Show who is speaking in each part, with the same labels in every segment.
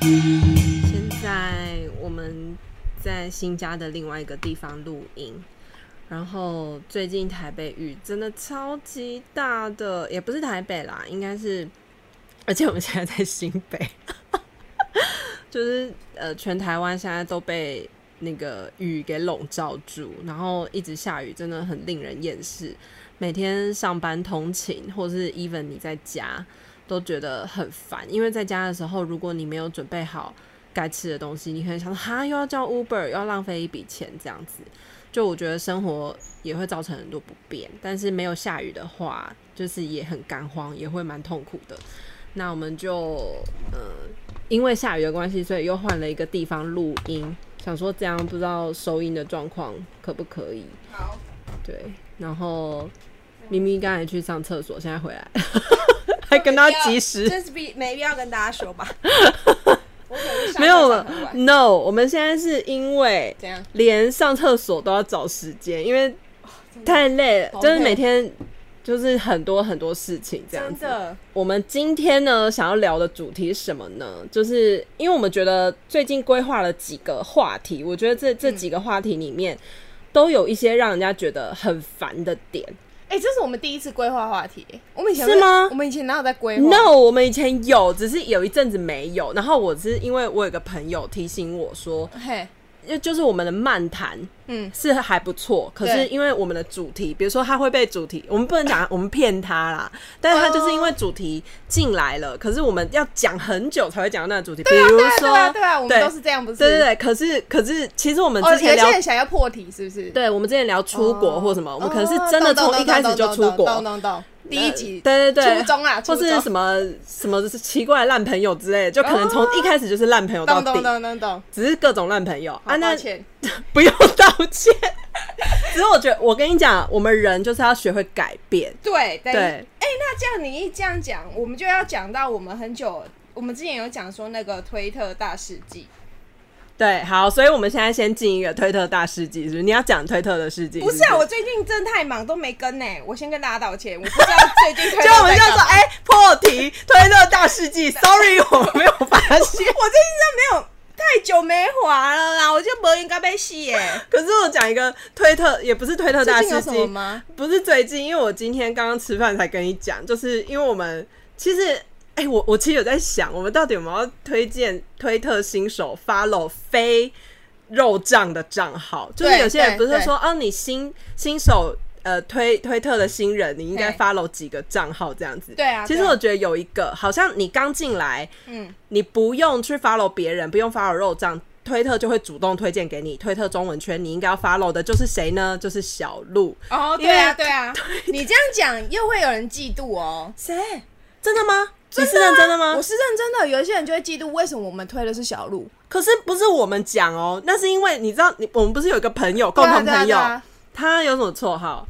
Speaker 1: 现在我们在新家的另外一个地方录音，然后最近台北雨真的超级大的，也不是台北啦，应该是，而且我们现在在新北， 就是呃，全台湾现在都被那个雨给笼罩住，然后一直下雨，真的很令人厌世。每天上班通勤，或是 even 你在家，都觉得很烦，因为在家的时候，如果你没有准备好该吃的东西，你可能想说哈又要叫 Uber，又要浪费一笔钱这样子。就我觉得生活也会造成很多不便，但是没有下雨的话，就是也很干荒，也会蛮痛苦的。那我们就呃，因为下雨的关系，所以又换了一个地方录音，想说这样不知道收音的状况可不可以？
Speaker 2: 好，
Speaker 1: 对，然后咪咪刚才去上厕所，现在回来，还跟他及时。
Speaker 2: 这是必没必要跟大家 说吧？我可能上
Speaker 1: 没有
Speaker 2: 班上很晚
Speaker 1: No，我们现在是因为
Speaker 2: 怎样？
Speaker 1: 连上厕所都要找时间，因为太累了，
Speaker 2: 好
Speaker 1: 就是
Speaker 2: 累
Speaker 1: 每天就是很多很多事情这样
Speaker 2: 真
Speaker 1: 子。
Speaker 2: 的，
Speaker 1: 我们今天呢，想要聊的主题是什么呢？就是因为我们觉得最近规划了几个话题，我觉得
Speaker 2: 嗯
Speaker 1: 这这几个话题里面、都有一些让人家觉得很烦的点。
Speaker 2: 哎、这是我们第一次规划话题，我们以前
Speaker 1: 是吗
Speaker 2: 我们以前哪有在规划
Speaker 1: No，我们以前有，只是有一阵子没有。然后我是因为我有个朋友提醒我说，
Speaker 2: 嘿，
Speaker 1: 就就是我们的漫谈
Speaker 2: 嗯，
Speaker 1: 是还不错，可是
Speaker 2: 对
Speaker 1: 因为我们的主题，比如说他会被主题，我们不能 讲我们骗他啦，但是他就是因为主题进来了，可是我们要讲很久才会讲到那个主题，比如
Speaker 2: 哦对啊，对啊，
Speaker 1: 说
Speaker 2: 对啊，我们
Speaker 1: 对
Speaker 2: 都是这样，不是？
Speaker 1: 对对对，可是可是其实我们
Speaker 2: 哦，
Speaker 1: 之前
Speaker 2: 有
Speaker 1: 聊
Speaker 2: 些人想要破题，是不是？
Speaker 1: 对，我们之前聊出国
Speaker 2: 哦
Speaker 1: 或什么，我们可能
Speaker 2: 哦
Speaker 1: 是真的
Speaker 2: 懂
Speaker 1: 从
Speaker 2: 懂
Speaker 1: 一开始
Speaker 2: 懂
Speaker 1: 就
Speaker 2: 懂
Speaker 1: 出国，呃
Speaker 2: 懂懂懂，第一集，
Speaker 1: 对对对，
Speaker 2: 初中啊，
Speaker 1: 或是什
Speaker 2: 么，
Speaker 1: 么什么奇怪的烂朋友之类的，就可能从一开始就是烂朋友到
Speaker 2: 哦懂
Speaker 1: 底，
Speaker 2: 懂懂懂懂，
Speaker 1: 只是各种烂朋友啊。
Speaker 2: 好
Speaker 1: 那
Speaker 2: 抱歉，
Speaker 1: 不用道歉。 只是我觉得，我跟你讲，我们人就是要学会改变。
Speaker 2: 对，等于
Speaker 1: 对，
Speaker 2: 哎、那这样你一这样讲，我们就要讲到我们很久，我们之前有讲说那个推特大事记，
Speaker 1: 对，好，所以我们现在先进一个推特大事迹，是不是？你要讲推特的事迹？
Speaker 2: 不是啊，我最近真的太忙都没跟呢、我先跟大家道歉，我不知道最近 推
Speaker 1: 就我
Speaker 2: 特
Speaker 1: 们就
Speaker 2: 在干
Speaker 1: 说，
Speaker 2: 嘛。
Speaker 1: 哎、破题，推特大事迹，sorry，我没有发现。
Speaker 2: 我最近真的没有太久没滑了啦，我就不应该被戏耶、
Speaker 1: 可是我讲一个推特，也不是推特大事
Speaker 2: 最近有什么
Speaker 1: 迹，
Speaker 2: 吗？
Speaker 1: 不是最近，因为我今天刚刚吃饭才跟你讲，就是因为我们其实，哎、我我其实有在想，我们到底有没有要推荐推特新手 follow 非肉账的账号？就是
Speaker 2: 对
Speaker 1: 有些人不
Speaker 2: 对
Speaker 1: 是说，哦，你新新手呃推推特的新人，你应该
Speaker 2: 嘿
Speaker 1: follow 几个账号这样子。
Speaker 2: 对啊
Speaker 1: 其实
Speaker 2: 对啊
Speaker 1: 我觉得有一个，好像你刚进来，
Speaker 2: 嗯，
Speaker 1: 你不用去 follow 别人，不用 follow 肉账，推特就会主动推荐给你。推特中文圈你应该要 follow 的就是谁呢？就是小鹿。
Speaker 2: 哦，
Speaker 1: 因
Speaker 2: 对
Speaker 1: 为
Speaker 2: 啊，对啊，你这样讲又会有人嫉妒哦。
Speaker 1: 谁？真的吗？你是认真的吗
Speaker 2: 啊我？是认真的，有一些人就会嫉妒，为什么我们推的是小鹿？
Speaker 1: 可是不是我们讲哦，那是因为你知道，你我们不是有一个朋友，共
Speaker 2: 对啊
Speaker 1: 同
Speaker 2: 对啊
Speaker 1: 朋
Speaker 2: 对
Speaker 1: 友，
Speaker 2: 啊
Speaker 1: 他有什么绰号？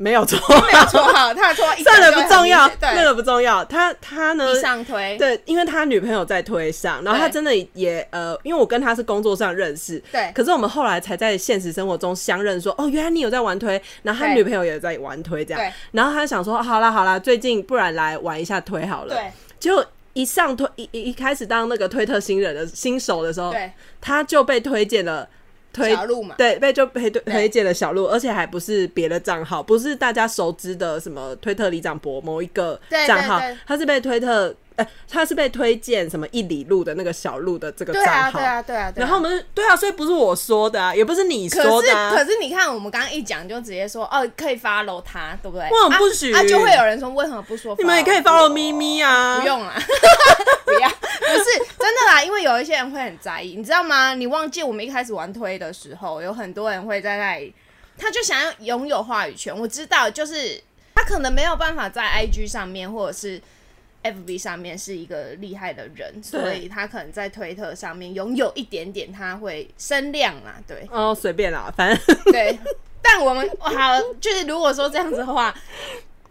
Speaker 1: 没有绰
Speaker 2: 没有
Speaker 1: 号，
Speaker 2: 错好，他的错一讲
Speaker 1: 算
Speaker 2: 就
Speaker 1: 了
Speaker 2: 很
Speaker 1: 不重要
Speaker 2: 明，显
Speaker 1: 那
Speaker 2: 对，
Speaker 1: 个不重要。他他呢？
Speaker 2: 地上推，
Speaker 1: 对，因为他女朋友在推上，然后他
Speaker 2: 对
Speaker 1: 真的也呃，因为我跟他是工作上认识，
Speaker 2: 对
Speaker 1: 可是我们后来才在现实生活中相认说，哦，原来你有在玩推，然后他
Speaker 2: 对
Speaker 1: 女朋友也在玩推这样
Speaker 2: 对，
Speaker 1: 然后他想说，哦好啦好啦，最近不然来玩一下推好了，
Speaker 2: 对
Speaker 1: 就一上推一一一开始当那个推特新人的新手的时候，
Speaker 2: 对，
Speaker 1: 他就被推荐了推
Speaker 2: 小鹿嘛
Speaker 1: 对，被就被推推荐了小鹿，而且还不是别的账号，不是大家熟知的什么推特里长博某一个
Speaker 2: 对
Speaker 1: 账号
Speaker 2: 对对，
Speaker 1: 他是被推特。呃，他是被推荐什么一里路的那个小鹿的这个
Speaker 2: 对
Speaker 1: 账
Speaker 2: 啊，
Speaker 1: 号，
Speaker 2: 对啊，对啊，对啊
Speaker 1: 然后我们对啊，所以不是我说的啊，也不是你
Speaker 2: 可
Speaker 1: 说
Speaker 2: 是
Speaker 1: 的、啊，
Speaker 2: 可是你看，我们刚刚一讲就直接说哦，可以 follow 他，对不对？
Speaker 1: 我很不许
Speaker 2: 啊啊就会有人说为什么不说？
Speaker 1: 你们也可以 follow 咪咪啊，
Speaker 2: 不用啦， 不要，不是真的啦，因为有一些人会很在意，你知道吗？你忘记我们一开始玩推的时候，有很多人会在那里，他就想要拥有话语权。我知道，就是他可能没有办法在 IG 上面或者是 FB 上面是一个厉害的人，所以他可能在推特上面拥有一点点他会声量啦，对。
Speaker 1: 哦，随便啦，反正
Speaker 2: 对，但我们好，就是如果说这样子的话，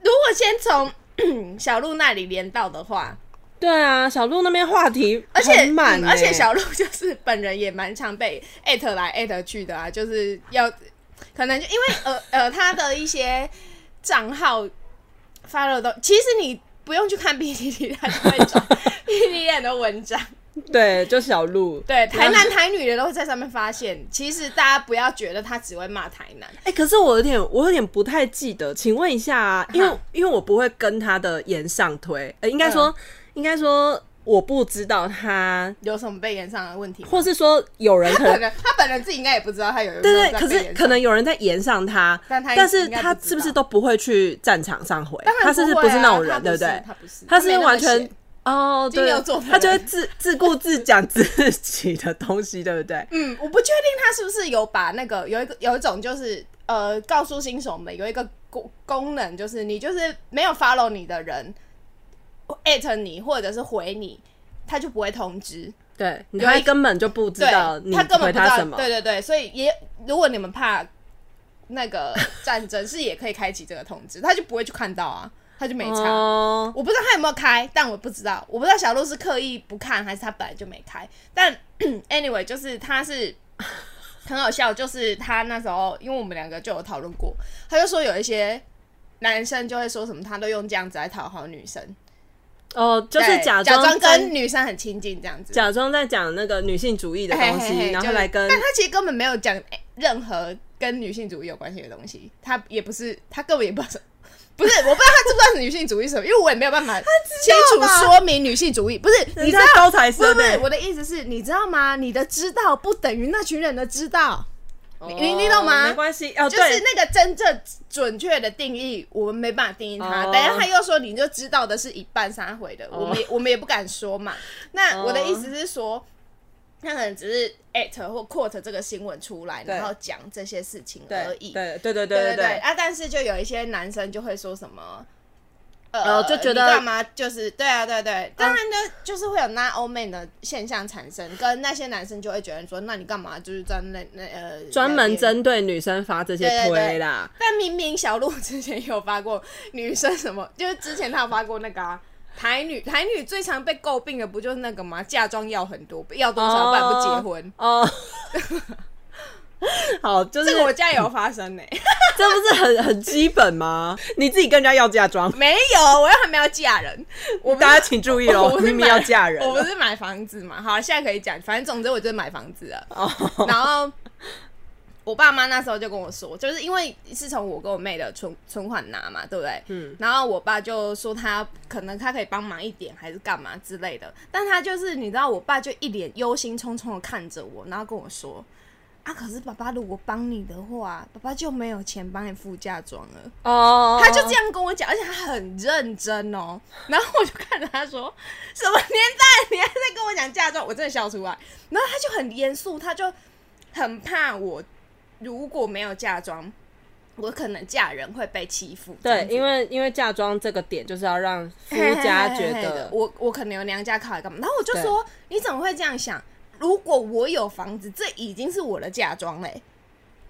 Speaker 2: 如果先从 小鹿那里连到的话，
Speaker 1: 对啊，小鹿那边话题
Speaker 2: 而且、
Speaker 1: 很满
Speaker 2: 嗯
Speaker 1: 欸、
Speaker 2: 而且小鹿就是本人也蛮常被艾特来艾特去的啊，就是要可能就因为呃呃他的一些账号 follow 都，其实你不用去看 PPT，他就会找 PPT 很多文章。
Speaker 1: 对，就小鹿。
Speaker 2: 对，台南台女的都会在上面发现。其实大家不要觉得他只会骂台南，
Speaker 1: 哎、可是我有点，我有点不太记得，请问一下、啊，因为、
Speaker 2: 哈嗯
Speaker 1: 因为我不会跟他的言上推，呃，应该说，应该说，我不知道他，
Speaker 2: 有什么被延上的问题吗？
Speaker 1: 或是说有人可
Speaker 2: 可
Speaker 1: 能，
Speaker 2: 能他本人自己应该也不知道他有没有
Speaker 1: 对对，
Speaker 2: 在
Speaker 1: 可
Speaker 2: 被延
Speaker 1: 是
Speaker 2: 上
Speaker 1: 可能有人在言上他，
Speaker 2: 但他
Speaker 1: 是
Speaker 2: 应该
Speaker 1: 他
Speaker 2: 不知
Speaker 1: 是不是
Speaker 2: 道
Speaker 1: 都不会去战场上回？
Speaker 2: 当然
Speaker 1: 他是
Speaker 2: 不
Speaker 1: 是
Speaker 2: 会
Speaker 1: 不是
Speaker 2: 啊
Speaker 1: 那种人，
Speaker 2: 他
Speaker 1: 对不
Speaker 2: 不
Speaker 1: 对
Speaker 2: 是？他不是，
Speaker 1: 他
Speaker 2: 没
Speaker 1: 是
Speaker 2: 那么
Speaker 1: 完全
Speaker 2: 闲
Speaker 1: 哦，
Speaker 2: 金
Speaker 1: 对
Speaker 2: 牛座的，
Speaker 1: 他就会
Speaker 2: 人
Speaker 1: 自自顾自讲自己的东西，对不对？
Speaker 2: 嗯，我不确定他是不是有把那个有一个有一种就是呃，告诉新手们有一个功功能，就是你就是没有 follow 你的人艾特你或者是回你，他就不会通知。
Speaker 1: 对，你
Speaker 2: 有
Speaker 1: 他
Speaker 2: 一
Speaker 1: 根本就不知
Speaker 2: 对，
Speaker 1: 道你
Speaker 2: 他根本
Speaker 1: 回
Speaker 2: 不知
Speaker 1: 他
Speaker 2: 道
Speaker 1: 什么，
Speaker 2: 对对对，所以也如果你们怕那个战争，是也可以开启这个通知，他就不会去看到啊，他就没查。
Speaker 1: 哦，
Speaker 2: 我不知道他有没有开，但我不知道，我不知道小鹿是刻意不看还是他本来就没开。但 anyway，就是 他是很好笑，就是他那时候，因为我们两个就有讨论过，他就说有一些男生就会说什么，他都用这样子来讨好女生，
Speaker 1: 哦，就是
Speaker 2: 对
Speaker 1: 假
Speaker 2: 假装
Speaker 1: 在
Speaker 2: 跟女生很亲近这样子。
Speaker 1: 假装在讲那个女性主义的
Speaker 2: 嘿
Speaker 1: 东西，
Speaker 2: 嘿嘿
Speaker 1: 然后
Speaker 2: 就是
Speaker 1: 来跟
Speaker 2: 但他其实根本没有讲哎任何跟女性主义有关系的东西，他也不是，他根本也不知道， 不是，我不知道他知不知道女性主义是什么，因为我也没有办法清楚
Speaker 1: 吧
Speaker 2: 说明女性主义，不是，你
Speaker 1: 人
Speaker 2: 知
Speaker 1: 家
Speaker 2: 道。
Speaker 1: 高材生
Speaker 2: 不是不是，
Speaker 1: 欸
Speaker 2: 我的意思是，你知道吗？你的知道不等于那群人的知道，你你懂吗
Speaker 1: 哦没关系，哦，
Speaker 2: 就是
Speaker 1: 对，
Speaker 2: 那个真正准确的定义，我们没办法定义它。
Speaker 1: 哦
Speaker 2: 等一下他又说，你就知道的是一半三回的，
Speaker 1: 哦
Speaker 2: 我们也我们也不敢说 嘛。那
Speaker 1: 哦
Speaker 2: 我的意思是说，他可能只是 at 或 quote 这个新闻出来，
Speaker 1: 对
Speaker 2: 然后讲这些事情而
Speaker 1: 对
Speaker 2: 已。
Speaker 1: 对对对对对
Speaker 2: 对
Speaker 1: 对，
Speaker 2: 啊，但是就有一些男生就会说什么。
Speaker 1: 呃就觉得
Speaker 2: 你干嘛就是对啊，对对，当然呢，就是会有那欧妹的现象产生，跟那些男生就会觉得说，那你干嘛就是在那那呃
Speaker 1: 专门
Speaker 2: 针。
Speaker 1: 针对女生发这些
Speaker 2: 对对对
Speaker 1: 推啦，
Speaker 2: 但明明小鹿之前有发过女生什么， 就是之前她有发过那个啊。台女台女最常被诟病的不就是那个吗？嫁妆要很多，要多少，不然不结婚。
Speaker 1: 哦。好，就是
Speaker 2: 这个我家也有发生 呢、
Speaker 1: 这不是很很基本吗？你自己跟人家要嫁妆，
Speaker 2: 没有，我又还没有嫁人。我不是
Speaker 1: 大家请注意
Speaker 2: 我
Speaker 1: 哦，
Speaker 2: 不是
Speaker 1: 明明
Speaker 2: 买
Speaker 1: 要嫁人
Speaker 2: 我不是买房子嘛？好，现在可以讲，反正总之我就是买房子了。
Speaker 1: 哦，
Speaker 2: 然后我爸妈那时候就跟我说，就是因为是从我跟我妹的存存款拿嘛，对不对？
Speaker 1: 嗯。
Speaker 2: 然后我爸就说他可能他可以帮忙一点，还是干嘛之类的。但他就是你知道，我爸就一脸忧心忡忡的看着我，然后跟我说。啊！可是爸爸如果帮你的话，爸爸就没有钱帮你付嫁妆了。
Speaker 1: 哦，
Speaker 2: 他就这样跟我讲，而且他很认真哦。然后我就看着他说：“什么年代，你还在跟我讲嫁妆？”我真的笑出来。然后他就很严肃，他就很怕我如果没有嫁妆，我可能嫁人会被欺负。这
Speaker 1: 对，
Speaker 2: 样子
Speaker 1: 因为因为嫁妆这个点就是要让夫
Speaker 2: 嘿嘿嘿
Speaker 1: 家
Speaker 2: 嘿
Speaker 1: 觉
Speaker 2: 嘿
Speaker 1: 得
Speaker 2: 的我我可能有娘家靠来干嘛？然后我就说：“你怎么会这样想？如果我有房子，这已经是我的嫁妆嘞、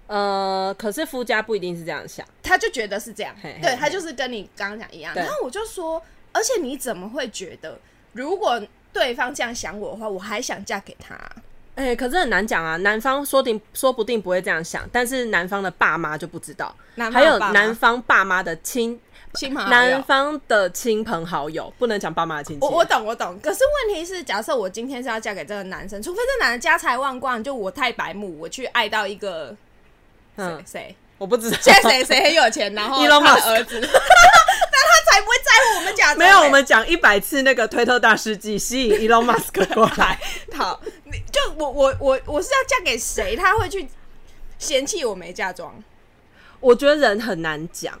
Speaker 1: 呃，可是夫家不一定是这样想，
Speaker 2: 他就觉得是这样，
Speaker 1: 嘿嘿
Speaker 2: 对他
Speaker 1: 嘿
Speaker 2: 就是跟你刚刚讲一样。
Speaker 1: 对
Speaker 2: 然后我就说，而且你怎么会觉得，如果对方这样想我的话，我还想嫁给他？
Speaker 1: 哎、可是很难讲啊。男方说定说不定不会这样想，但是男方的爸妈就不知道，
Speaker 2: 男方
Speaker 1: 还
Speaker 2: 的
Speaker 1: 有
Speaker 2: 爸妈
Speaker 1: 男方爸妈的亲，
Speaker 2: 亲朋好
Speaker 1: 男
Speaker 2: 友。
Speaker 1: 方的亲朋好友，不能讲爸妈的亲戚。
Speaker 2: 我我懂我懂，可是问题是，假设我今天是要嫁给这个男生，除非这男的家财万贯，就我太白目，我去爱到一个谁
Speaker 1: 嗯，
Speaker 2: 谁，
Speaker 1: 我不知道。
Speaker 2: 现 在谁 谁很有钱，然后
Speaker 1: Elon
Speaker 2: 他
Speaker 1: Musk
Speaker 2: 的儿子， 但他才不会在乎我们 假装
Speaker 1: 没有，
Speaker 2: 欸
Speaker 1: 我们讲一百次那个推特大事记，吸引 Elon Musk 过来。
Speaker 2: 好，你就我我我我是要嫁给谁，他会去嫌弃我没嫁妆？
Speaker 1: 我觉得人很难讲，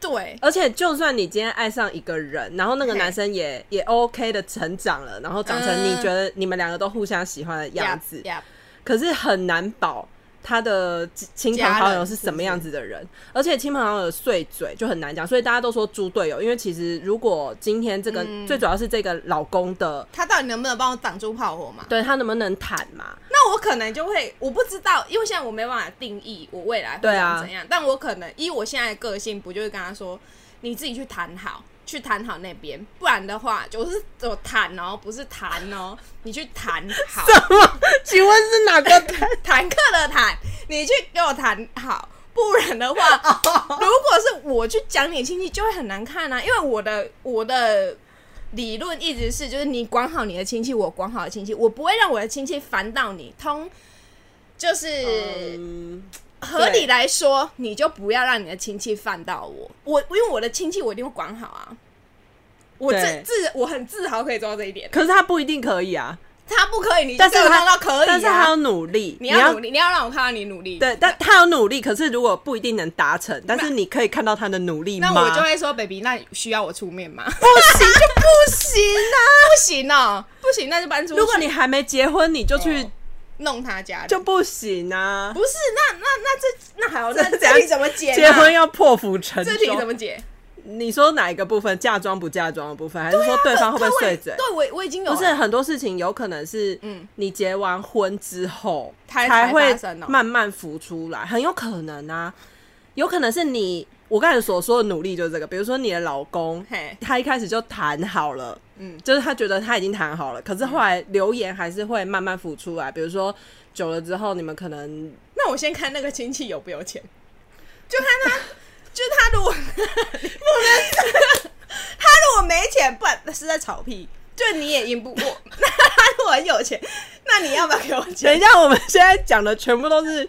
Speaker 2: 对，
Speaker 1: 而且就算你今天爱上一个人，然后那个男生也也 OK 的成长了，然后长成你
Speaker 2: 嗯
Speaker 1: 觉得你们两个都互相喜欢的 样子，
Speaker 2: 呀，
Speaker 1: 可是很难保他的亲朋好友是什么样子的人，而且亲朋好友的碎嘴就很难讲，所以大家都说猪队友。因为其实如果今天这个、最主要是这个老公的，
Speaker 2: 他到底能不能帮我挡住炮火嘛？
Speaker 1: 对他能不能坦嘛？
Speaker 2: 那我可能就会，我不知道，因为现在我没办法定义我未来会
Speaker 1: 对啊
Speaker 2: 长怎样，但我可能依我现在的个性，不就是跟他说，你自己去谈好，去谈好那边，不然的话，就是有谈哦，不是谈哦，你去谈 好，
Speaker 1: 请问是哪个？
Speaker 2: 谈课的谈，你去给我谈好。不然 的话，如果是我去讲你亲戚，就会很难看啊。因为我的我的理论一直是，就是你管好你的亲戚，我管好亲戚，我不会让我的亲戚烦到你。通就是
Speaker 1: 嗯，
Speaker 2: 合理来说，你就不要让你的亲戚烦到我。我因为我的亲戚，我一定会管好啊。我自
Speaker 1: 对
Speaker 2: 自我很自豪可以做到这一点，
Speaker 1: 可是他不一定可以啊，
Speaker 2: 他不可以，你就
Speaker 1: 但是
Speaker 2: 给我
Speaker 1: 他
Speaker 2: 弄到可以、啊，
Speaker 1: 但是他要努力，
Speaker 2: 你要努力，你要让我看到你努力。
Speaker 1: 对，但他有努力，可是如果不一定能达成，但是你可以看到他的努力
Speaker 2: 那
Speaker 1: 吗？
Speaker 2: 我就会说，baby，那需要我出面吗？
Speaker 1: 不行就不行啊！
Speaker 2: 不行哦，不行，那就搬出去。
Speaker 1: 如果你还没结婚，你就去、
Speaker 2: 哦弄他家里
Speaker 1: 就不行啊！
Speaker 2: 不是，那那那这那还有那
Speaker 1: 这
Speaker 2: 这题怎么解呢？
Speaker 1: 结婚要破釜沉舟
Speaker 2: 这。题怎么解？
Speaker 1: 你说哪一个部分？嫁妆不嫁妆的部分，还是说
Speaker 2: 啊
Speaker 1: 对方会不会
Speaker 2: 可
Speaker 1: 碎
Speaker 2: 我
Speaker 1: 嘴？
Speaker 2: 对我我已经有欸
Speaker 1: 不是很多事情有可能是，
Speaker 2: 嗯
Speaker 1: 你结完婚之后
Speaker 2: 才才
Speaker 1: 会
Speaker 2: 发生哦
Speaker 1: 慢慢浮出来，很有可能啊，有可能是你我刚才所说的努力就是这个，比如说你的老公
Speaker 2: 嘿，
Speaker 1: 他一开始就谈好了，
Speaker 2: 嗯
Speaker 1: 就是他觉得他已经谈好了，可是后来留言还是会慢慢浮出来，比如说久了之后你们可能
Speaker 2: 那我先看那个亲戚有不有钱，就看他，就他如果 不能，他如果没钱，不然是在吵屁，就你也赢不过。 那他如果很有钱，那你要不要给我
Speaker 1: 等
Speaker 2: 钱？
Speaker 1: 一下，我们现在讲的全部都是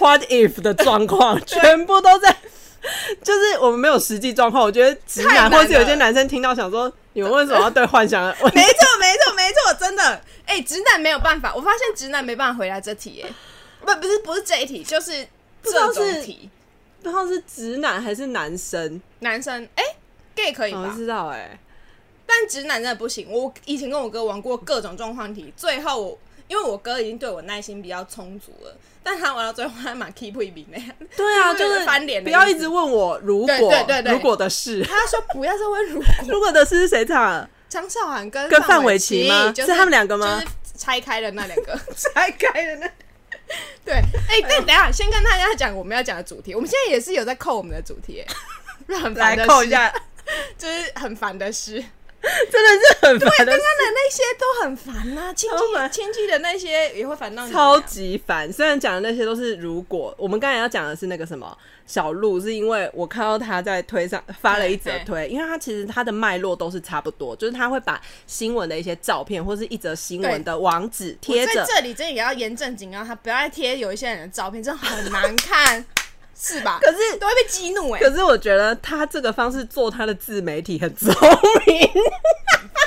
Speaker 1: what if 的状 况，全部都在，就是我们没有实际状况。我觉得直
Speaker 2: 太
Speaker 1: 男
Speaker 2: 难
Speaker 1: 或是有
Speaker 2: 了
Speaker 1: 些男生听到想说，你们为什么要对幻 想？我
Speaker 2: 没错，没错，没错，真的。哎、直男没有办法，我发现直男没办法回答这题、哎，不，不是，不是这一题，就是
Speaker 1: 不知道
Speaker 2: 这
Speaker 1: 是
Speaker 2: 种题。
Speaker 1: 不知道是直男还是男生，
Speaker 2: 男生，哎、g a y 可以
Speaker 1: 我
Speaker 2: 吧
Speaker 1: 不？知道哎、
Speaker 2: 但直男真的不行。我以前跟我哥玩过各种状况题，最后我因为我哥已经对我耐心比较充足了，但他玩到最后他蛮 keep 一笔那样。
Speaker 1: 对 啊，
Speaker 2: 就
Speaker 1: 就是是
Speaker 2: 翻脸
Speaker 1: 不
Speaker 2: 的意
Speaker 1: 要
Speaker 2: 思
Speaker 1: 一直问我如果
Speaker 2: 对对对对
Speaker 1: 如果的事，
Speaker 2: 他说不要再问如果
Speaker 1: 如果的事是谁唱？
Speaker 2: 张韶涵跟
Speaker 1: 跟范玮
Speaker 2: 玮
Speaker 1: 琪吗
Speaker 2: 就是
Speaker 1: 他们两个吗
Speaker 2: 就是拆开的那两个。
Speaker 1: 拆开的那
Speaker 2: 对，哎、但等一下先跟大家讲我们要讲的主题，我们现在也是有在扣我们的主 题、哎就是很烦
Speaker 1: 来
Speaker 2: 的
Speaker 1: 扣
Speaker 2: 事
Speaker 1: 一，下，
Speaker 2: 就是很烦的事。
Speaker 1: 真的是很烦的
Speaker 2: 刚刚的那些都很烦呐、亲
Speaker 1: 超烦
Speaker 2: 戚亲戚的那些也会烦到你、啊。
Speaker 1: 超级烦。虽然讲的那些都是如果，我们刚才要讲的是那个什么小鹿，是因为我看到他在推上发了一则推，因为他其实他的脉络都是差不多，就是他会把新闻的一些照片或是一则新闻的网址贴
Speaker 2: 我
Speaker 1: 着
Speaker 2: 在。这里真的也要严正警告他，不要再贴有一些人的照片，真的很难看， 是吧？
Speaker 1: 可是
Speaker 2: 都会被激怒哎、
Speaker 1: 可是我觉得他这个方式做他的自媒体很聪明，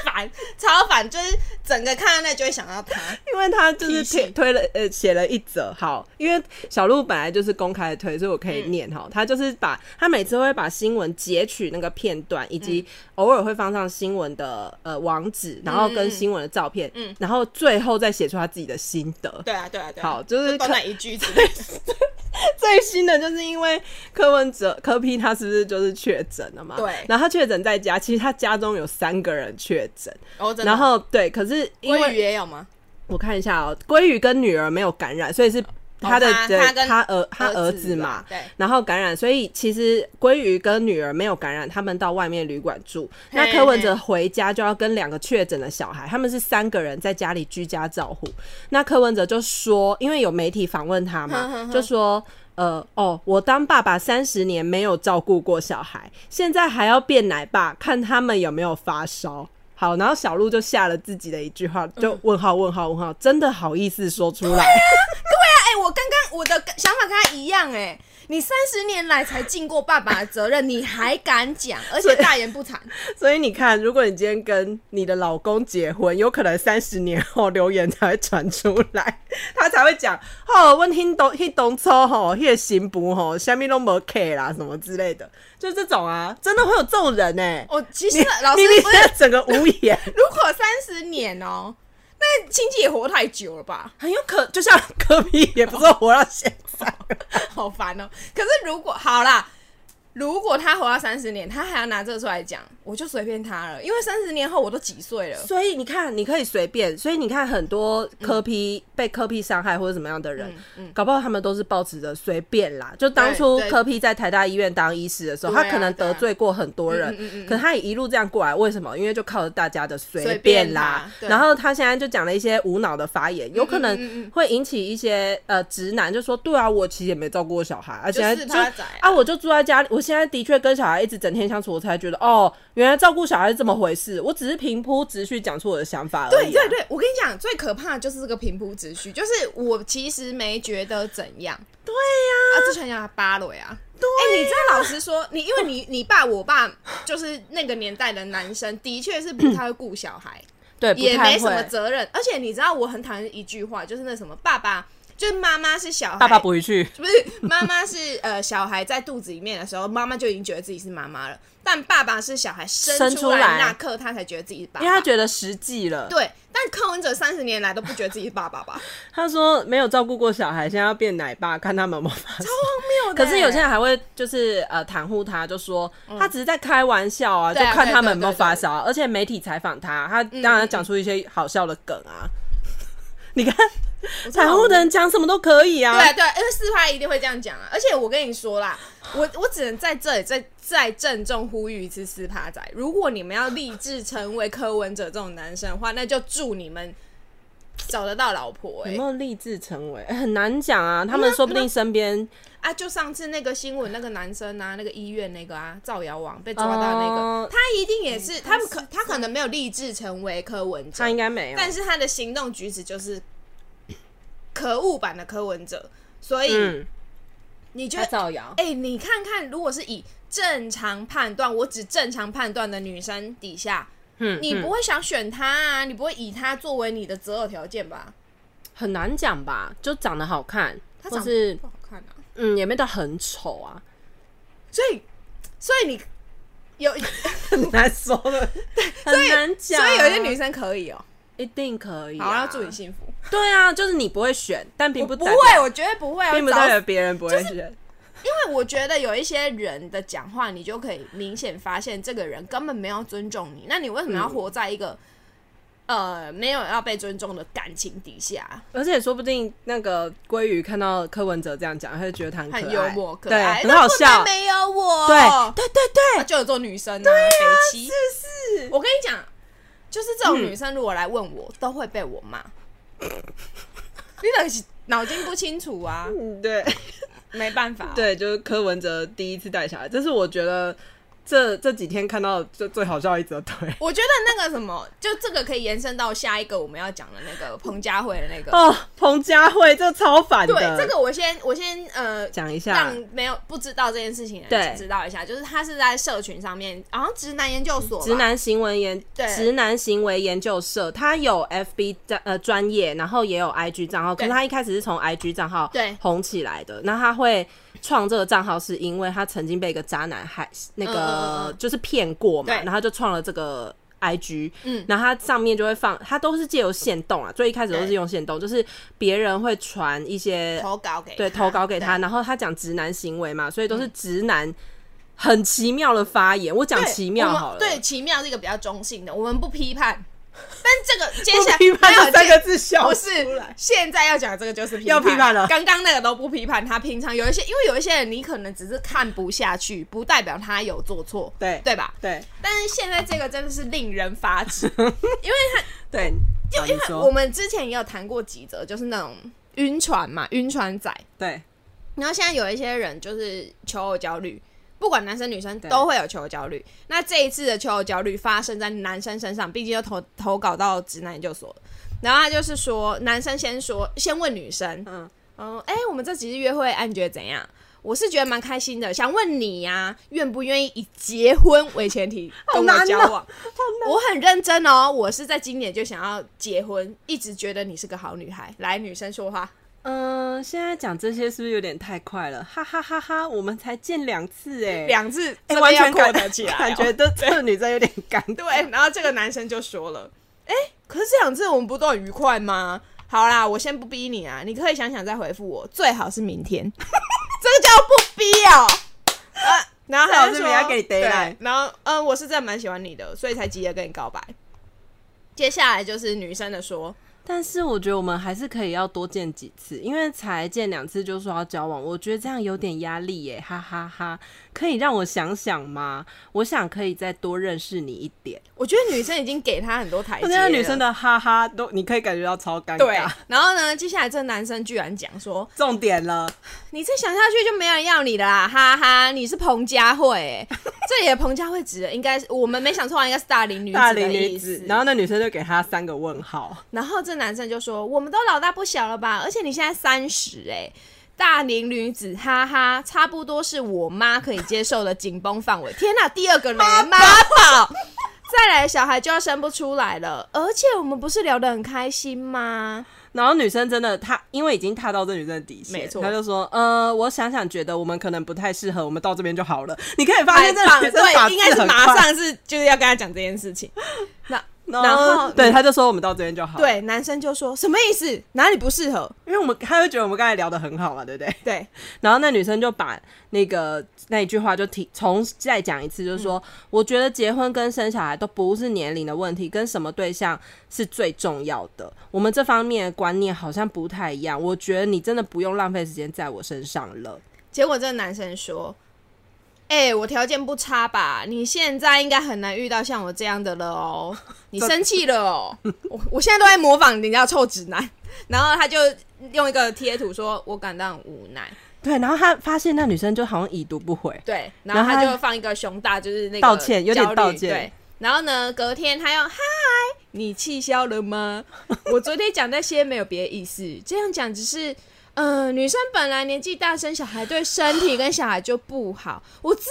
Speaker 2: 烦，超烦，就是整个看到那就会想到他，
Speaker 1: 因为他就是推
Speaker 2: 提醒
Speaker 1: 推了呃写了一则好，因为小鹿本来就是公开推，所以我可以
Speaker 2: 嗯
Speaker 1: 念哈、他就是把他每次会把新闻截取那个片段，以
Speaker 2: 嗯
Speaker 1: 及偶尔会放上新闻的呃网址，然后跟新闻的照片，
Speaker 2: 嗯
Speaker 1: 然后最后再写出他自己的心得。
Speaker 2: 对啊，对啊，对啊，
Speaker 1: 好，就是
Speaker 2: 短
Speaker 1: 柯
Speaker 2: 短一句之类的，
Speaker 1: 最新的就是因为柯文哲柯 P 他是不是就是确诊了嘛？
Speaker 2: 对
Speaker 1: 然后他确诊在家，其实他家中有三个人确诊，
Speaker 2: 哦，真的。
Speaker 1: 然后对，可是因为
Speaker 2: 鲑鱼也有吗？
Speaker 1: 我看一下哦，鲑鱼跟女儿没有感染，所以是他的、
Speaker 2: 哦他
Speaker 1: 对
Speaker 2: 他跟
Speaker 1: 他儿他儿
Speaker 2: 子
Speaker 1: 子嘛
Speaker 2: 吧，对
Speaker 1: 然后感染，所以其实鲑鱼跟女儿没有感染，他们到外面旅馆住。
Speaker 2: 嘿
Speaker 1: 那柯文哲回家就要跟两个确诊的小孩，他们是三个人在家里居家照护。那柯文哲就说，因为有媒体访问他嘛，
Speaker 2: 哼哼哼
Speaker 1: 就说。呃，哦，我当爸爸三十年没有照顾过小孩，现在还要变奶爸，看他们有没有发烧。好，然后小鹿就下了自己的一句话，
Speaker 2: 嗯
Speaker 1: 就问号问号问号，真的好意思说出来？
Speaker 2: 哎、我刚刚我的想法跟他一样哎、你三十年来才尽过爸爸的责任，你还敢讲，而且大言不 惭，
Speaker 1: 所以你看，如果你今天跟你的老公结婚，有可能三十年后留言才会传出来，他才会讲哦，问听懂听懂抽吼，迄行不吼，下面都没 care 啦，什么之类的，就这种啊，真的会有这种人呢、
Speaker 2: 我其
Speaker 1: 你
Speaker 2: 实老师
Speaker 1: 你你
Speaker 2: 不哦是
Speaker 1: 现在整个无言，
Speaker 2: 如果三十年哦、那亲戚也活太久了吧？
Speaker 1: 很有可就像 科比也不是活到现在，
Speaker 2: 好烦哦、可是如果好啦，如果他活到三十年，他还要拿这个出来讲，我就随便他了，因为三十年后我都几岁了。
Speaker 1: 所以你看，你可以随便。所以你看，很多
Speaker 2: 嗯
Speaker 1: 科批、被科批伤害或者怎么样的人，搞不好他们都是抱持着随便啦。就当初
Speaker 2: 对对
Speaker 1: 科批在台大医院当医师的时候，他
Speaker 2: 对啊嗯
Speaker 1: 可能得罪过很多人，可他也一路这样过来，为什么？因为就靠着大家的随便啦。
Speaker 2: 随便啦对嗯
Speaker 1: 然后他现在就讲了一些无脑的发言，有可能会引起一些呃直男就说：“对啊，我其实也没照顾过小孩，而且
Speaker 2: 就是
Speaker 1: 就
Speaker 2: 他宰啊
Speaker 1: 啊，我就住在家里，我现在的确跟小孩一直整天相处，我才觉得哦，原来照顾小孩是这么回事。我只是平铺直叙讲出我的想法而已、啊
Speaker 2: 对对，对，我跟你讲，最可怕的就是这个平铺直叙，就是我其实没觉得怎样。对呀、啊，之前讲芭蕾啊。对、
Speaker 1: 哎
Speaker 2: 你知道，老实说，你因为你 你爸我爸就是那个年代的男生，的确是不太会顾小孩，
Speaker 1: 对呃不
Speaker 2: 也
Speaker 1: 太
Speaker 2: 没什么
Speaker 1: 会
Speaker 2: 责任。而且你知道，我很讨厌一句话，就是那什么爸爸，就是妈妈是小孩，
Speaker 1: 爸爸不会去，
Speaker 2: 不是妈妈是呃小孩在肚子里面的时候，妈妈就已经觉得自己是妈妈了，但爸爸是小孩生
Speaker 1: 生
Speaker 2: 出
Speaker 1: 出
Speaker 2: 来
Speaker 1: 来
Speaker 2: 那刻，他才觉得自己是爸
Speaker 1: 因
Speaker 2: 爸。
Speaker 1: 为他觉得实际了。
Speaker 2: 对，但柯文哲三十年来都不觉得自己是 爸爸吧？
Speaker 1: 他说没有照顾过小孩，现在要变奶爸，看他们有没有发现。
Speaker 2: 荒谬的
Speaker 1: 可
Speaker 2: 欸。
Speaker 1: 是有些人还会就是呃袒护他，就说他只是在开玩笑啊，就
Speaker 2: 嗯对啊
Speaker 1: 看
Speaker 2: 对
Speaker 1: 他们有
Speaker 2: 对
Speaker 1: 没有
Speaker 2: 对嗯
Speaker 1: 发
Speaker 2: 对
Speaker 1: 烧啊。而且媒体采访他，他当然讲出一些好笑的梗啊。 你看
Speaker 2: 我真
Speaker 1: 袒
Speaker 2: 好
Speaker 1: 护的人讲什么都可以啊。
Speaker 2: 对对，因为四派一定会这样讲啊。而且我跟你说啦，我我只能在这里再再郑重呼吁一次四趴仔，如果你们要立志成为柯文哲这种男生的话，那就祝你们找得到老婆哎、
Speaker 1: 有没有立志成为、哎很难讲啊？他们说不定身边
Speaker 2: 啊，就上次那个新闻，那个男生啊，那个医院那个啊，造谣王被抓到那个，
Speaker 1: 哦
Speaker 2: 他一定也是，他们可他可能没有立志成为柯文哲
Speaker 1: 他，应该没有，
Speaker 2: 但是他的行动举止就是可恶版的柯文哲，所以
Speaker 1: 嗯，
Speaker 2: 你觉
Speaker 1: 他
Speaker 2: 得，
Speaker 1: 造谣，
Speaker 2: 哎、你看看，如果是以正常判断，我只正常判断的女生底下，
Speaker 1: 嗯，
Speaker 2: 你
Speaker 1: 嗯
Speaker 2: 不会想选他啊，你不会以他作为你的择偶条件吧？
Speaker 1: 很难讲吧？就长得好看，
Speaker 2: 他
Speaker 1: 或
Speaker 2: 长
Speaker 1: 是
Speaker 2: 不好看啊，
Speaker 1: 嗯，也没到很丑 啊，
Speaker 2: 所以，所以你有， 所
Speaker 1: 很难说的， 很难讲。啊
Speaker 2: 以有一些女生可以哦、
Speaker 1: 一定可以、
Speaker 2: 好，
Speaker 1: 啊，
Speaker 2: 要祝你幸福。
Speaker 1: 对啊，就是你不会选，但并
Speaker 2: 我
Speaker 1: 不
Speaker 2: 不
Speaker 1: 代表
Speaker 2: 会，我绝对不会。
Speaker 1: 并不
Speaker 2: 我早
Speaker 1: 代表别人不会选。
Speaker 2: 因为我觉得有一些人的讲话，你就可以明显发现这个人根本没有尊重你。那你为什
Speaker 1: 嗯
Speaker 2: 么要活在一个、呃没有要被尊重的感情底下？
Speaker 1: 而且说不定那个鲑鱼看到柯文哲这样讲，他就觉得他很可爱
Speaker 2: 很幽默可
Speaker 1: 对
Speaker 2: 爱，，
Speaker 1: 很好
Speaker 2: 那不能
Speaker 1: 笑，
Speaker 2: 没有我，
Speaker 1: 对对对对，
Speaker 2: 啊就有这种女生、啊，对啊，是不是？我跟你讲，就是这
Speaker 1: 嗯
Speaker 2: 种女生如果来问我，都会被我骂。 你等是脑筋不清楚啊，
Speaker 1: 嗯对。
Speaker 2: 没办法、
Speaker 1: 对，就是柯文哲第一次带小孩，这是我觉得这这几天看到最最好笑一则推。
Speaker 2: 我觉得那个什么，就这个可以延伸到下一个我们要讲的那个彭佳慧的那个。
Speaker 1: 哦，彭佳慧这超烦的。
Speaker 2: 对，这个我先我先呃
Speaker 1: 讲一下
Speaker 2: 让，没有不知道这件事情的人
Speaker 1: 对
Speaker 2: 知道一下，就是他是在社群上面，好像直男研究所吧，
Speaker 1: 直男行为研
Speaker 2: 对
Speaker 1: 直男行为研究社，他有 FB 专呃专业，然后也有 IG 账号，可
Speaker 2: 对
Speaker 1: 是他一开始是从 IG 账号
Speaker 2: 对
Speaker 1: 红起来的。那他会创这个账号，是因为他曾经被一个渣男害那
Speaker 2: 嗯嗯
Speaker 1: 个
Speaker 2: 嗯
Speaker 1: 就是骗过嘛，
Speaker 2: 对
Speaker 1: 然后他就创了这个 IG。
Speaker 2: 嗯
Speaker 1: 然后它上面就会放，它都是借由线动啊，最一开始都是
Speaker 2: 对
Speaker 1: 用线动，就是别人会传一些
Speaker 2: 投稿给
Speaker 1: 对投稿给他，
Speaker 2: 对嗯
Speaker 1: 然后他讲直男行为嘛，所以都是直男很奇妙的发言。我讲
Speaker 2: 对
Speaker 1: 奇妙
Speaker 2: 我们
Speaker 1: 好了，
Speaker 2: 对，奇妙是一个比较中性的，我们不批 判，但这个接下来
Speaker 1: 批判
Speaker 2: 没有
Speaker 1: 这三
Speaker 2: 接
Speaker 1: 个字笑
Speaker 2: 不
Speaker 1: 出
Speaker 2: 是
Speaker 1: 来，
Speaker 2: 现在要讲的这个就是批判
Speaker 1: 要批判了
Speaker 2: 刚刚那个都不批判，他平常有一些，因为有一些人你可能只是看不下去，不代表他有做错，
Speaker 1: 对
Speaker 2: 对吧？
Speaker 1: 对
Speaker 2: 但是现在这个真的是令人发指，因为他
Speaker 1: 对，就
Speaker 2: 因为我们之前也有谈过几则，就是那种晕船嘛，晕船仔。
Speaker 1: 对
Speaker 2: 然后现在有一些人就是求偶焦虑，不管男生女生
Speaker 1: 对
Speaker 2: 都会有求偶焦虑。那这一次的求偶焦虑发生在男生身上，毕竟又投投稿到直男研究所了。然后他就是说，男生先说，先问女生，
Speaker 1: 嗯
Speaker 2: 嗯，哎、我们这几次约会，啊，你觉得怎样？我是觉得蛮开心的，想问你呀、愿不愿意以结婚为前提
Speaker 1: 好
Speaker 2: 跟
Speaker 1: 难
Speaker 2: 我
Speaker 1: 哦
Speaker 2: 交往？我很认真哦，我是在今年就想要结婚，一直觉得你是个好女孩。来，女生说话，
Speaker 1: 嗯、呃现在讲这些是不是有点太快了？哈哈哈哈，我们才见两次哎、
Speaker 2: 两次
Speaker 1: 哎、
Speaker 2: 这
Speaker 1: 完
Speaker 2: 边
Speaker 1: 全
Speaker 2: 要扣
Speaker 1: 感
Speaker 2: 得起来哦、
Speaker 1: 感觉这这个女生有点尴尬。
Speaker 2: 对，然后这个男生就说了：“哎、可是这两次我们不都很愉快吗？好啦，我先不逼你啊，你可以 想想再回复我，最好是明天。这个叫不逼哦、啊，
Speaker 1: 然后还有这边要给你
Speaker 2: 对
Speaker 1: d a y l i g h，
Speaker 2: 然后嗯，我是真的蛮喜欢你的，所以才急着跟你告白。接下来就是女生的说，
Speaker 1: 但是我觉得我们还是可以要多见几次，因为才见两次就说要交往，我觉得这样有点压力耶，哈哈哈可以让我想想吗？我想可以再多认识你一点。
Speaker 2: 我觉得女生已经给他很多台阶
Speaker 1: 那
Speaker 2: 了，
Speaker 1: 那个女生的哈哈都你可以感觉到超尴
Speaker 2: 对
Speaker 1: 尬。。
Speaker 2: 然后呢，接下来这男生居然讲说，
Speaker 1: 重点了，
Speaker 2: 你再想下去就没人要你了啦，哈哈，你是彭佳慧、 欸，这里的彭佳慧指的应该是我们没想错啊，应该是大龄女子
Speaker 1: 大
Speaker 2: 的
Speaker 1: 龄女
Speaker 2: 意思
Speaker 1: 子，然后那女生就给她三个问号，
Speaker 2: 然后这男生就说：“我们都老大不小了吧？而且你现在三十哎，大龄女子，哈哈，差不多是我妈可以接受的紧绷范 围。天哪，第二个雷妈宝，再来小孩就要生不出来了。而且我们不是聊得很开心吗？
Speaker 1: 然后女生真的她因为已经踏到这女生的底线，
Speaker 2: 没错
Speaker 1: 她就说，呃，我想想觉得我们可能不太适合，我们到这边就好了。你可以发现这
Speaker 2: 棒
Speaker 1: 女
Speaker 2: 了，
Speaker 1: 生打
Speaker 2: 哎对，
Speaker 1: 字
Speaker 2: 应该是
Speaker 1: 很
Speaker 2: 马
Speaker 1: 快，
Speaker 2: 上是就是要跟他讲这件事 情。那
Speaker 1: 然
Speaker 2: 然
Speaker 1: 后
Speaker 2: 后
Speaker 1: 对，她就说我们到这边就好，，
Speaker 2: 对男生就说什么意思？哪里不适合？
Speaker 1: 因为我们她就觉得我们刚才聊得很好嘛，对不对？
Speaker 2: 对，
Speaker 1: 然后那女生就把那个那一句话就提重再讲一次，就是说，我觉得结婚跟生小孩都不是年龄的问题，跟什么对象是最重要的。我们这方面的观念好像不太一样，我觉得你真的不用浪费时间在我身上了。
Speaker 2: 结果这个男生说：“哎、我条件不差吧？你现在应该很难遇到像我这样的了哦。你生气了哦？我我现在都在模仿人家臭直男。”然后他就用一个贴图说：“我感到很无奈。
Speaker 1: 对，然后他发现那女生就好像已读不回”，
Speaker 2: 对，
Speaker 1: 然
Speaker 2: 然
Speaker 1: 后
Speaker 2: 后他
Speaker 1: 他
Speaker 2: 就放一个熊大，就是那个
Speaker 1: 道歉有点
Speaker 2: 焦虑
Speaker 1: 道歉
Speaker 2: 对，然后呢，隔天他又嗨，你气消了 吗？我昨天讲那些没有别的意思，这样讲只是。嗯、女生本来年纪大生小孩对身体跟小孩就不好。 我自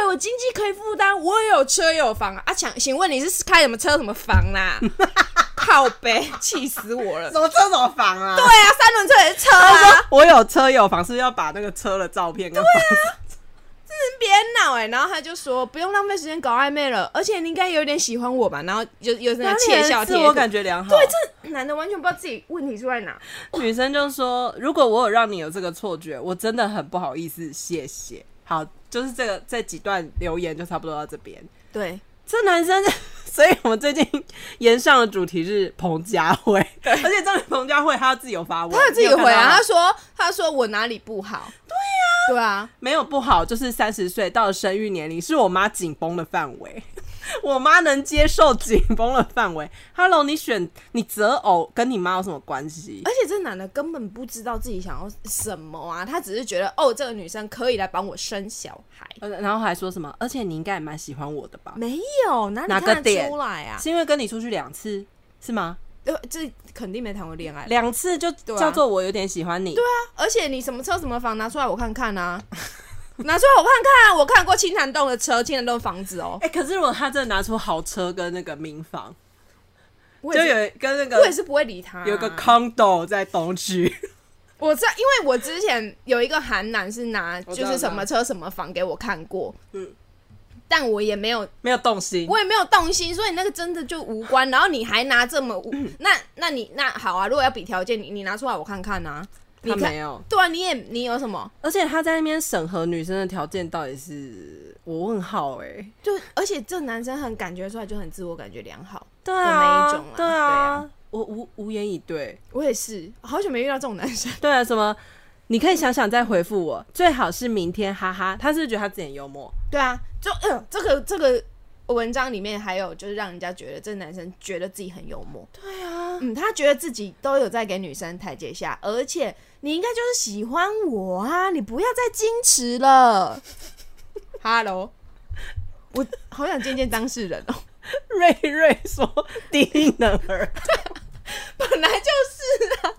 Speaker 2: 认为我经济可以负担，我有车有房啊。啊，请请问你是开什么车什么 房啦、靠呗，气死我了！对
Speaker 1: 什么车什么房啊？对，
Speaker 2: 啊，三轮车也是车啊。
Speaker 1: 我有车有房，是不是要把那个车的照片跟房子
Speaker 2: 别闹哎！然后他就说不用浪费时间搞暧昧了，而且你应该有点喜欢我吧？然后就又
Speaker 1: 啊
Speaker 2: 在那窃笑
Speaker 1: 自
Speaker 2: 贴
Speaker 1: 我
Speaker 2: 图。
Speaker 1: 感觉良好。
Speaker 2: 对，这男的完全不知道自己问题出在哪。
Speaker 1: 女生就说：“如果我有让你有这个错觉，我真的很不好意思，谢谢。”好，就是这个这几段留言就差不多到这边。
Speaker 2: 对，
Speaker 1: 这男生， 所以我们最近延上的主题是彭佳慧，而且这个彭佳慧她自己有发文，
Speaker 2: 他有自己
Speaker 1: 你看
Speaker 2: 回
Speaker 1: 到吗
Speaker 2: 啊，他说他说我哪里不好？对呀、对啊，
Speaker 1: 没有不好，就是三十岁到了生育年龄是我妈紧绷的范围，我妈能接受紧绷的范围。Hello，你选你择偶跟你妈有什么关系？
Speaker 2: 而且这男的根本不知道自己想要什么啊，他只是觉得哦，这个女生可以来帮我生小孩。
Speaker 1: 呃然后还说什么？而且你应该也蛮喜欢我的吧？
Speaker 2: 没有，哪里
Speaker 1: 哪个
Speaker 2: 看
Speaker 1: 点
Speaker 2: 得出来啊？
Speaker 1: 是因为跟你出去两次是吗？
Speaker 2: 呃，这肯定没谈过恋爱。
Speaker 1: 两次就
Speaker 2: 啊
Speaker 1: 叫做我有点喜欢哎你。对啊，
Speaker 2: 而且你什么车什么房拿出来我看看啊， 拿出来我看看、啊，我看过青潭洞的车，青潭洞的房子哦，
Speaker 1: 哎、可是如果他真的拿出豪车跟那个民房，
Speaker 2: 我
Speaker 1: 就
Speaker 2: 也是
Speaker 1: 有跟那
Speaker 2: 我也
Speaker 1: 个
Speaker 2: 是不会理他、
Speaker 1: 有个 condo 在东区，
Speaker 2: 我知道，因为我之前有一个韩男是拿
Speaker 1: 我知道
Speaker 2: 就是什么车什么房给我看过，
Speaker 1: 嗯
Speaker 2: 嗯。但我也没有，
Speaker 1: 没有动心。
Speaker 2: 我也没有动心，所以那个真的就无关。然后你还拿这么无，
Speaker 1: 嗯
Speaker 2: 那那你那好啊，如果要比条件，你你拿出来我看看啊。你
Speaker 1: 他
Speaker 2: 看
Speaker 1: 没，有，
Speaker 2: 对啊，你也你有什么？
Speaker 1: 而且他在那边审核女生的条件到底是我问号哎、
Speaker 2: 就而且这男生很感觉出来，就很自我感觉良好。
Speaker 1: 对
Speaker 2: 啊
Speaker 1: 啊，对
Speaker 2: 对
Speaker 1: 啊
Speaker 2: 啊，
Speaker 1: 我无无言以对。
Speaker 2: 我也是，好久没遇到这种男生。
Speaker 1: 对啊，什么？你可以想想再回复我，最好是明天，哈哈。他是不是觉得他自己很幽默？
Speaker 2: 对啊，就呃，这个这个文章里面还有就是让人家觉得这男生觉得自己很幽默，
Speaker 1: 对啊，
Speaker 2: 嗯，他觉得自己都有在给女生台阶下，而且你应该就是喜欢我啊，你不要再矜持了。Hello，我好想见见当事人哦，
Speaker 1: 瑞瑞说低能儿。
Speaker 2: 本来就是啊，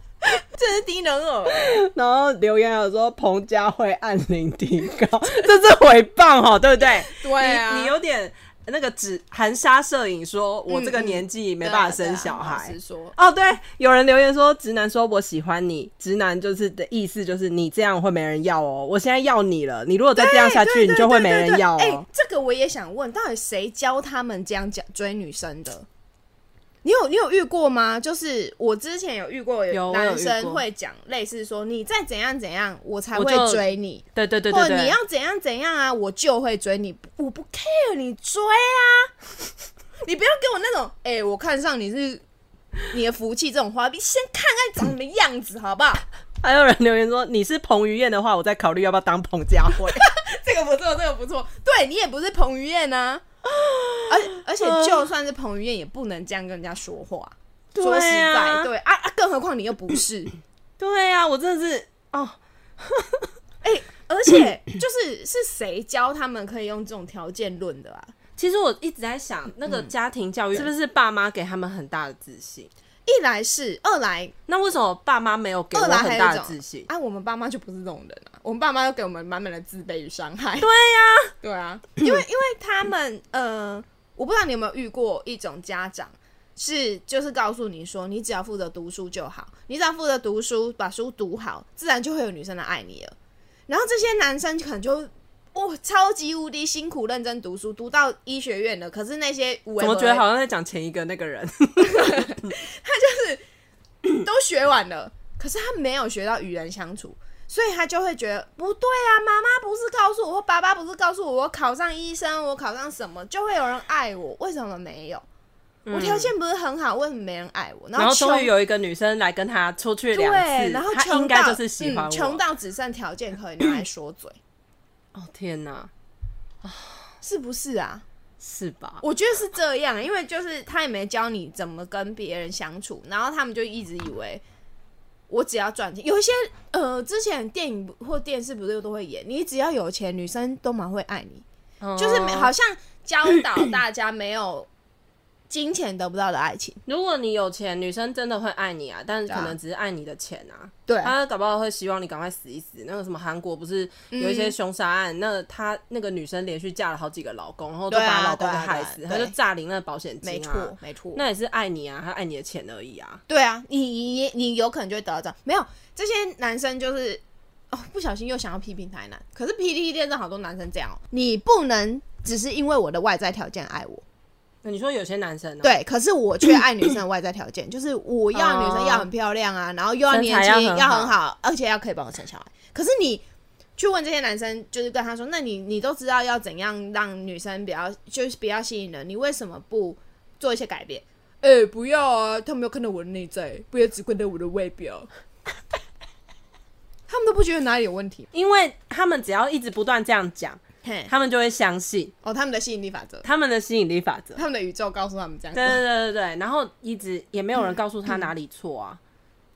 Speaker 2: 真是低能儿欸。
Speaker 1: 然后留言还有说彭佳慧按铃提高， 这是诽谤哦，对不对？
Speaker 2: 对啊
Speaker 1: 你你有点那个指含沙射影，说
Speaker 2: 嗯
Speaker 1: 我这个年纪没
Speaker 2: 啊
Speaker 1: 办法生小孩。
Speaker 2: 是说
Speaker 1: 哦，对，有人留言说直男说我喜欢你，直男就是的意思就是你这样会没人要哦，我现在要你了，你如果再这样下去，
Speaker 2: 对
Speaker 1: 你
Speaker 2: 对
Speaker 1: 就会没
Speaker 2: 对对
Speaker 1: 人要
Speaker 2: 对哎、
Speaker 1: 哦。
Speaker 2: 这个我也想问，到底谁教他们这样讲追女生的？你有你有遇过吗？就是我之前有遇过
Speaker 1: 有我有
Speaker 2: 男
Speaker 1: 遇
Speaker 2: 生
Speaker 1: 过
Speaker 2: 会讲类似说你再怎样怎样，我才
Speaker 1: 我
Speaker 2: 会
Speaker 1: 就
Speaker 2: 追你，
Speaker 1: 对对对
Speaker 2: 或
Speaker 1: 对
Speaker 2: 者
Speaker 1: 对，
Speaker 2: 你要怎样怎样啊，我就会追你，不我不 care 你追啊， 你不要给我那种哎、我看上你是你的福气这种话，你先看看长什么样子好不好？
Speaker 1: 还有人留言说你是彭于晏的话，我再考虑要不要当彭佳慧。
Speaker 2: 这个不错，这个不错。对你也不是彭于晏啊，嗯而而且就算是彭于晏，也不能这样跟人家说话。
Speaker 1: 对
Speaker 2: 说实
Speaker 1: 啊
Speaker 2: 在，对啊啊，更何况你又不是。
Speaker 1: 对呀、啊，我真的是哦，
Speaker 2: 哎、而且就是是谁教他们可以用这种条件论的啊？
Speaker 1: 其实我一直在想，那个家庭教育是不是爸妈给他们很大的自信？
Speaker 2: 一来是，二来
Speaker 1: 那为什么爸妈没有给我
Speaker 2: 二来还
Speaker 1: 很大
Speaker 2: 有一
Speaker 1: 的
Speaker 2: 种
Speaker 1: 自信？
Speaker 2: 啊，我们爸妈就不是这种人啊，我们爸妈都给我们满满的自卑与伤害。
Speaker 1: 对呀、
Speaker 2: 对啊，因为因为他们呃，我不知道你有没有遇过一种家长，是就是告诉你说，你只要负责读书就好，你只要负责读书，把书读好，自然就会有女生来爱你了。然后这些男生可能就哇、超级无敌辛苦认真读书，读到医学院了，可是那些怎
Speaker 1: 怎么觉得好像在讲前一个那个人？
Speaker 2: 都学完了，可是他没有学到与人相处，所以他就会觉得不对啊，妈妈不是告诉我，或爸爸不是告诉我，我考上医生，我考上什么就会有人爱我，为什么没有？我条件不是很好，为什么没人爱我？然
Speaker 1: 嗯然后
Speaker 2: 穷
Speaker 1: 终于有一个女生来跟他出去两
Speaker 2: 对，
Speaker 1: 次，
Speaker 2: 然后
Speaker 1: 他
Speaker 2: 穷
Speaker 1: 应该
Speaker 2: 到
Speaker 1: 就是喜欢
Speaker 2: 嗯
Speaker 1: 我。
Speaker 2: 穷、到只剩条件可以拿来说嘴，
Speaker 1: 哦天哪，
Speaker 2: 是不是啊？
Speaker 1: 是吧？
Speaker 2: 我觉得是这样，因为就是他也没教你怎么跟别人相处，然后他们就一直以为我只要赚钱。有一些呃，之前电影或电视不是都会演，你只要有钱，女生都蛮会爱你，就是没
Speaker 1: 嗯
Speaker 2: 好像教导大家没有金钱得不到的爱情。
Speaker 1: 如果你有钱，女生真的会爱你啊，但是
Speaker 2: 对啊
Speaker 1: 可能只是爱你的钱啊。
Speaker 2: 对啊，
Speaker 1: 她搞不好会希望你赶快死一死。那个什么韩国不是有一些凶杀案，那她那个女生连续嫁了好几个老公，然后都
Speaker 2: 对啊
Speaker 1: 把老公
Speaker 2: 对
Speaker 1: 给
Speaker 2: 啊
Speaker 1: 害死，
Speaker 2: 对啊
Speaker 1: 她
Speaker 2: 对
Speaker 1: 就诈领那个保险金啊。
Speaker 2: 没错，没错。
Speaker 1: 那也是爱你啊，她爱你的钱而已啊。
Speaker 2: 对啊，你你你有可能就会得到这样。没有这些男生就是哦，不小心又想要批评台南，可是 PTT 恋上好多男生这样哦，你不能只是因为我的外在条件爱我，
Speaker 1: 那你说有些男生、啊，，
Speaker 2: 对，可是我却爱女生的外在条件， 就是我要女生要很漂亮啊，然后又要年轻，
Speaker 1: 身材要很好
Speaker 2: 要很好，而且要可以帮我生小孩。可是你去问这些男生，就是跟他说，那你你都知道要怎样让女生比较就是比较吸引人，你为什么不做一些改变？哎、不要啊！他们要看到我的内在，不要只看到我的外表。他们都不觉得哪里有问题。
Speaker 1: 因为他们只要一直不断这样讲，
Speaker 2: 嘿，
Speaker 1: 他们就会相信
Speaker 2: 哦，他们的吸引力法则，
Speaker 1: 他们的吸引力法则。
Speaker 2: 他们的宇宙告诉他们这样
Speaker 1: 对
Speaker 2: 做。
Speaker 1: 对对对对，然后一直也没有人告诉他哪里错啊，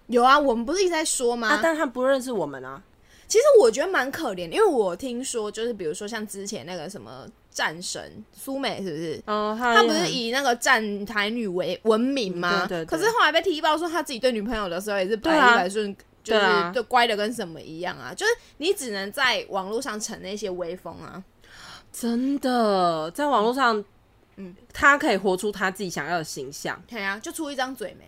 Speaker 2: 有啊，我们不是一直在说吗？
Speaker 1: 啊，但他不认识我们啊，
Speaker 2: 其实我觉得蛮可怜的，因为我听说就是比如说像之前那个什么战神苏美是不是？
Speaker 1: 哦，
Speaker 2: 她不是以那个站台女为闻名吗？
Speaker 1: 嗯对对对
Speaker 2: 可是后来被踢爆说她自己对女朋友的时候也是百
Speaker 1: 对
Speaker 2: 依
Speaker 1: 啊
Speaker 2: 百顺，就
Speaker 1: 对啊
Speaker 2: 是就乖的跟什么一样啊。就是你只能在网络上逞那些威风啊。
Speaker 1: 真的在网络上，
Speaker 2: 嗯
Speaker 1: 他可以活出他自己想要的形象，
Speaker 2: 对啊，就出一张嘴没。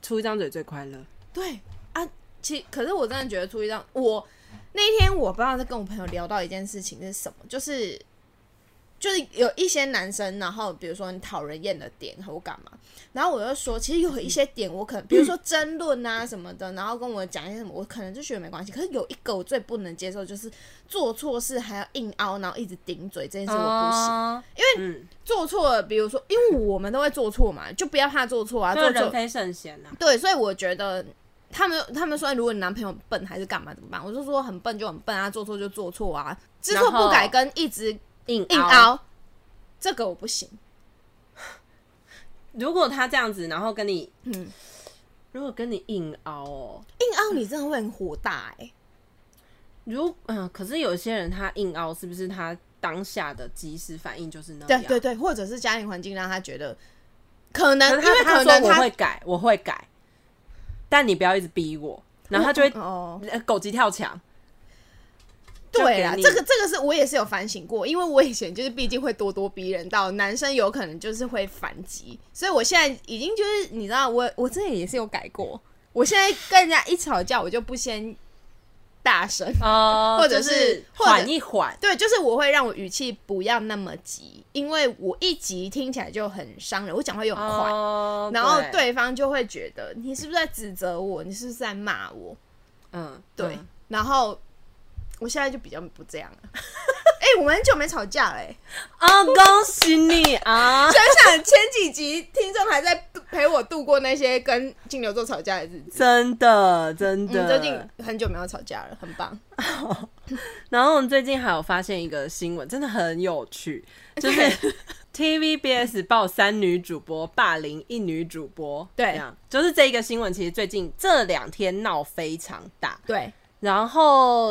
Speaker 1: 出一张嘴最快乐。
Speaker 2: 对啊，其可是我真的觉得出一张我那一天我不知道在跟我朋友聊到一件事情是什么，就是就是有一些男生，然后比如说你讨人厌的点或干嘛，然后我就说，其实有一些点我可能，比如说争论啊什么的，然后跟我讲一些什么，我可能就觉得没关系。可是有一个我最不能接受，就是做错事还要硬凹，然后一直顶嘴这件事我不行。
Speaker 1: 啊因为嗯，
Speaker 2: 做错了，比如说，因为我们都会做错嘛，就不要怕做错啊，
Speaker 1: 就
Speaker 2: 做
Speaker 1: 人
Speaker 2: 错
Speaker 1: 非圣贤啊呐，
Speaker 2: 对，所以我觉得他们他们说，如果你男朋友笨还是干嘛怎么办？我就说很笨就很笨啊，做错就做错啊，知错
Speaker 1: 然后
Speaker 2: 不改跟一直
Speaker 1: 硬
Speaker 2: 硬。凹，这个我不行。
Speaker 1: 如果他这样子，然后跟你，
Speaker 2: 嗯
Speaker 1: 如果跟你硬凹哦，
Speaker 2: 硬凹你真的会很火大哎、
Speaker 1: 如嗯，可是有些人他硬凹，是不是他当下的即时反应就是那
Speaker 2: 对
Speaker 1: 样？
Speaker 2: 对对，或者是家庭环境让他觉得可能
Speaker 1: 可是
Speaker 2: 因为
Speaker 1: 他
Speaker 2: 可
Speaker 1: 他
Speaker 2: 能
Speaker 1: 说我
Speaker 2: 他
Speaker 1: 会改，我会改，但你不要一直逼我，然后他就会
Speaker 2: 哦，
Speaker 1: 呃狗急跳墙。就
Speaker 2: 对
Speaker 1: 给
Speaker 2: 啦，
Speaker 1: 你
Speaker 2: 这个这个是我也是有反省过，因为我以前就是毕竟会咄咄逼人到男生有可能就是会反击，所以我现在已经就是你知道我我之前也是有改过，我现在跟人家一吵架我就不先大声。
Speaker 1: 哦，
Speaker 2: 或者
Speaker 1: 就是
Speaker 2: 或者
Speaker 1: 缓一缓，
Speaker 2: 对，就是我会让我语气不要那么急，因为我一急听起来就很伤人，我讲话又很快，
Speaker 1: 哦
Speaker 2: 然后，对方就会觉得你是不是在指责我，你是不是在骂我？
Speaker 1: 嗯，
Speaker 2: 对，
Speaker 1: 嗯
Speaker 2: 然后我现在就比较不这样 了。哎、我们很久没吵架了、欸，
Speaker 1: 啊，恭喜你啊！
Speaker 2: 想想前几集听众还在度陪我度过那些跟金牛座吵架的日子。
Speaker 1: 真的，真
Speaker 2: 我
Speaker 1: 的。
Speaker 2: 们嗯最近很久没有吵架了，很棒。
Speaker 1: 然后我们最近还有发现一个新闻，真的很有趣，就是 TVBS 爆三女主播霸凌一女主播，
Speaker 2: 对
Speaker 1: 这样就是这一个新闻，其实最近这两天闹非常大，
Speaker 2: 对，哎、
Speaker 1: 然后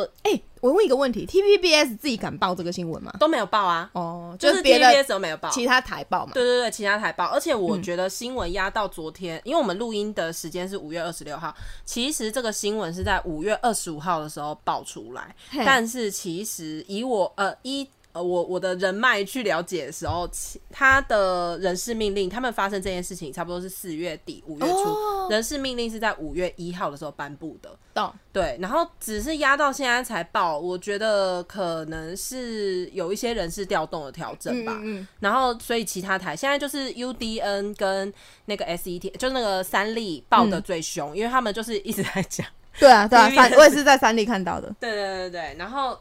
Speaker 2: 我问一个问题，TVBS 自己敢报这个新闻吗？
Speaker 1: 都没有报啊，
Speaker 2: 哦，
Speaker 1: 就是是
Speaker 2: 别的
Speaker 1: TVBS 都没有报，
Speaker 2: 其他台报嘛。
Speaker 1: 对对对，其他台报。而且
Speaker 2: 嗯
Speaker 1: 我觉得新闻压到昨天，因为我们录音的时间是五月二十六号，其实这个新闻是在五月二十五号的时候爆出来，
Speaker 2: 嘿
Speaker 1: 但是其实以我呃一。呃，我我的人脉去了解的时候，其他的人事命令，他们发生这件事情差不多是四月底五月初，
Speaker 2: 哦
Speaker 1: 人事命令是在五月一号的时候颁布的。
Speaker 2: 懂，
Speaker 1: 对，然后只是压到现在才报，我觉得可能是有一些人事调动的调整吧。
Speaker 2: 嗯嗯
Speaker 1: 然后所以其他台现在就是 UDN 跟那个 SET，就是那个三立报的最凶，因为他们就是一直在讲。
Speaker 2: 对啊，对啊，
Speaker 1: TVBS
Speaker 2: 三我也是在三立看到的。
Speaker 1: 对对对对，然后。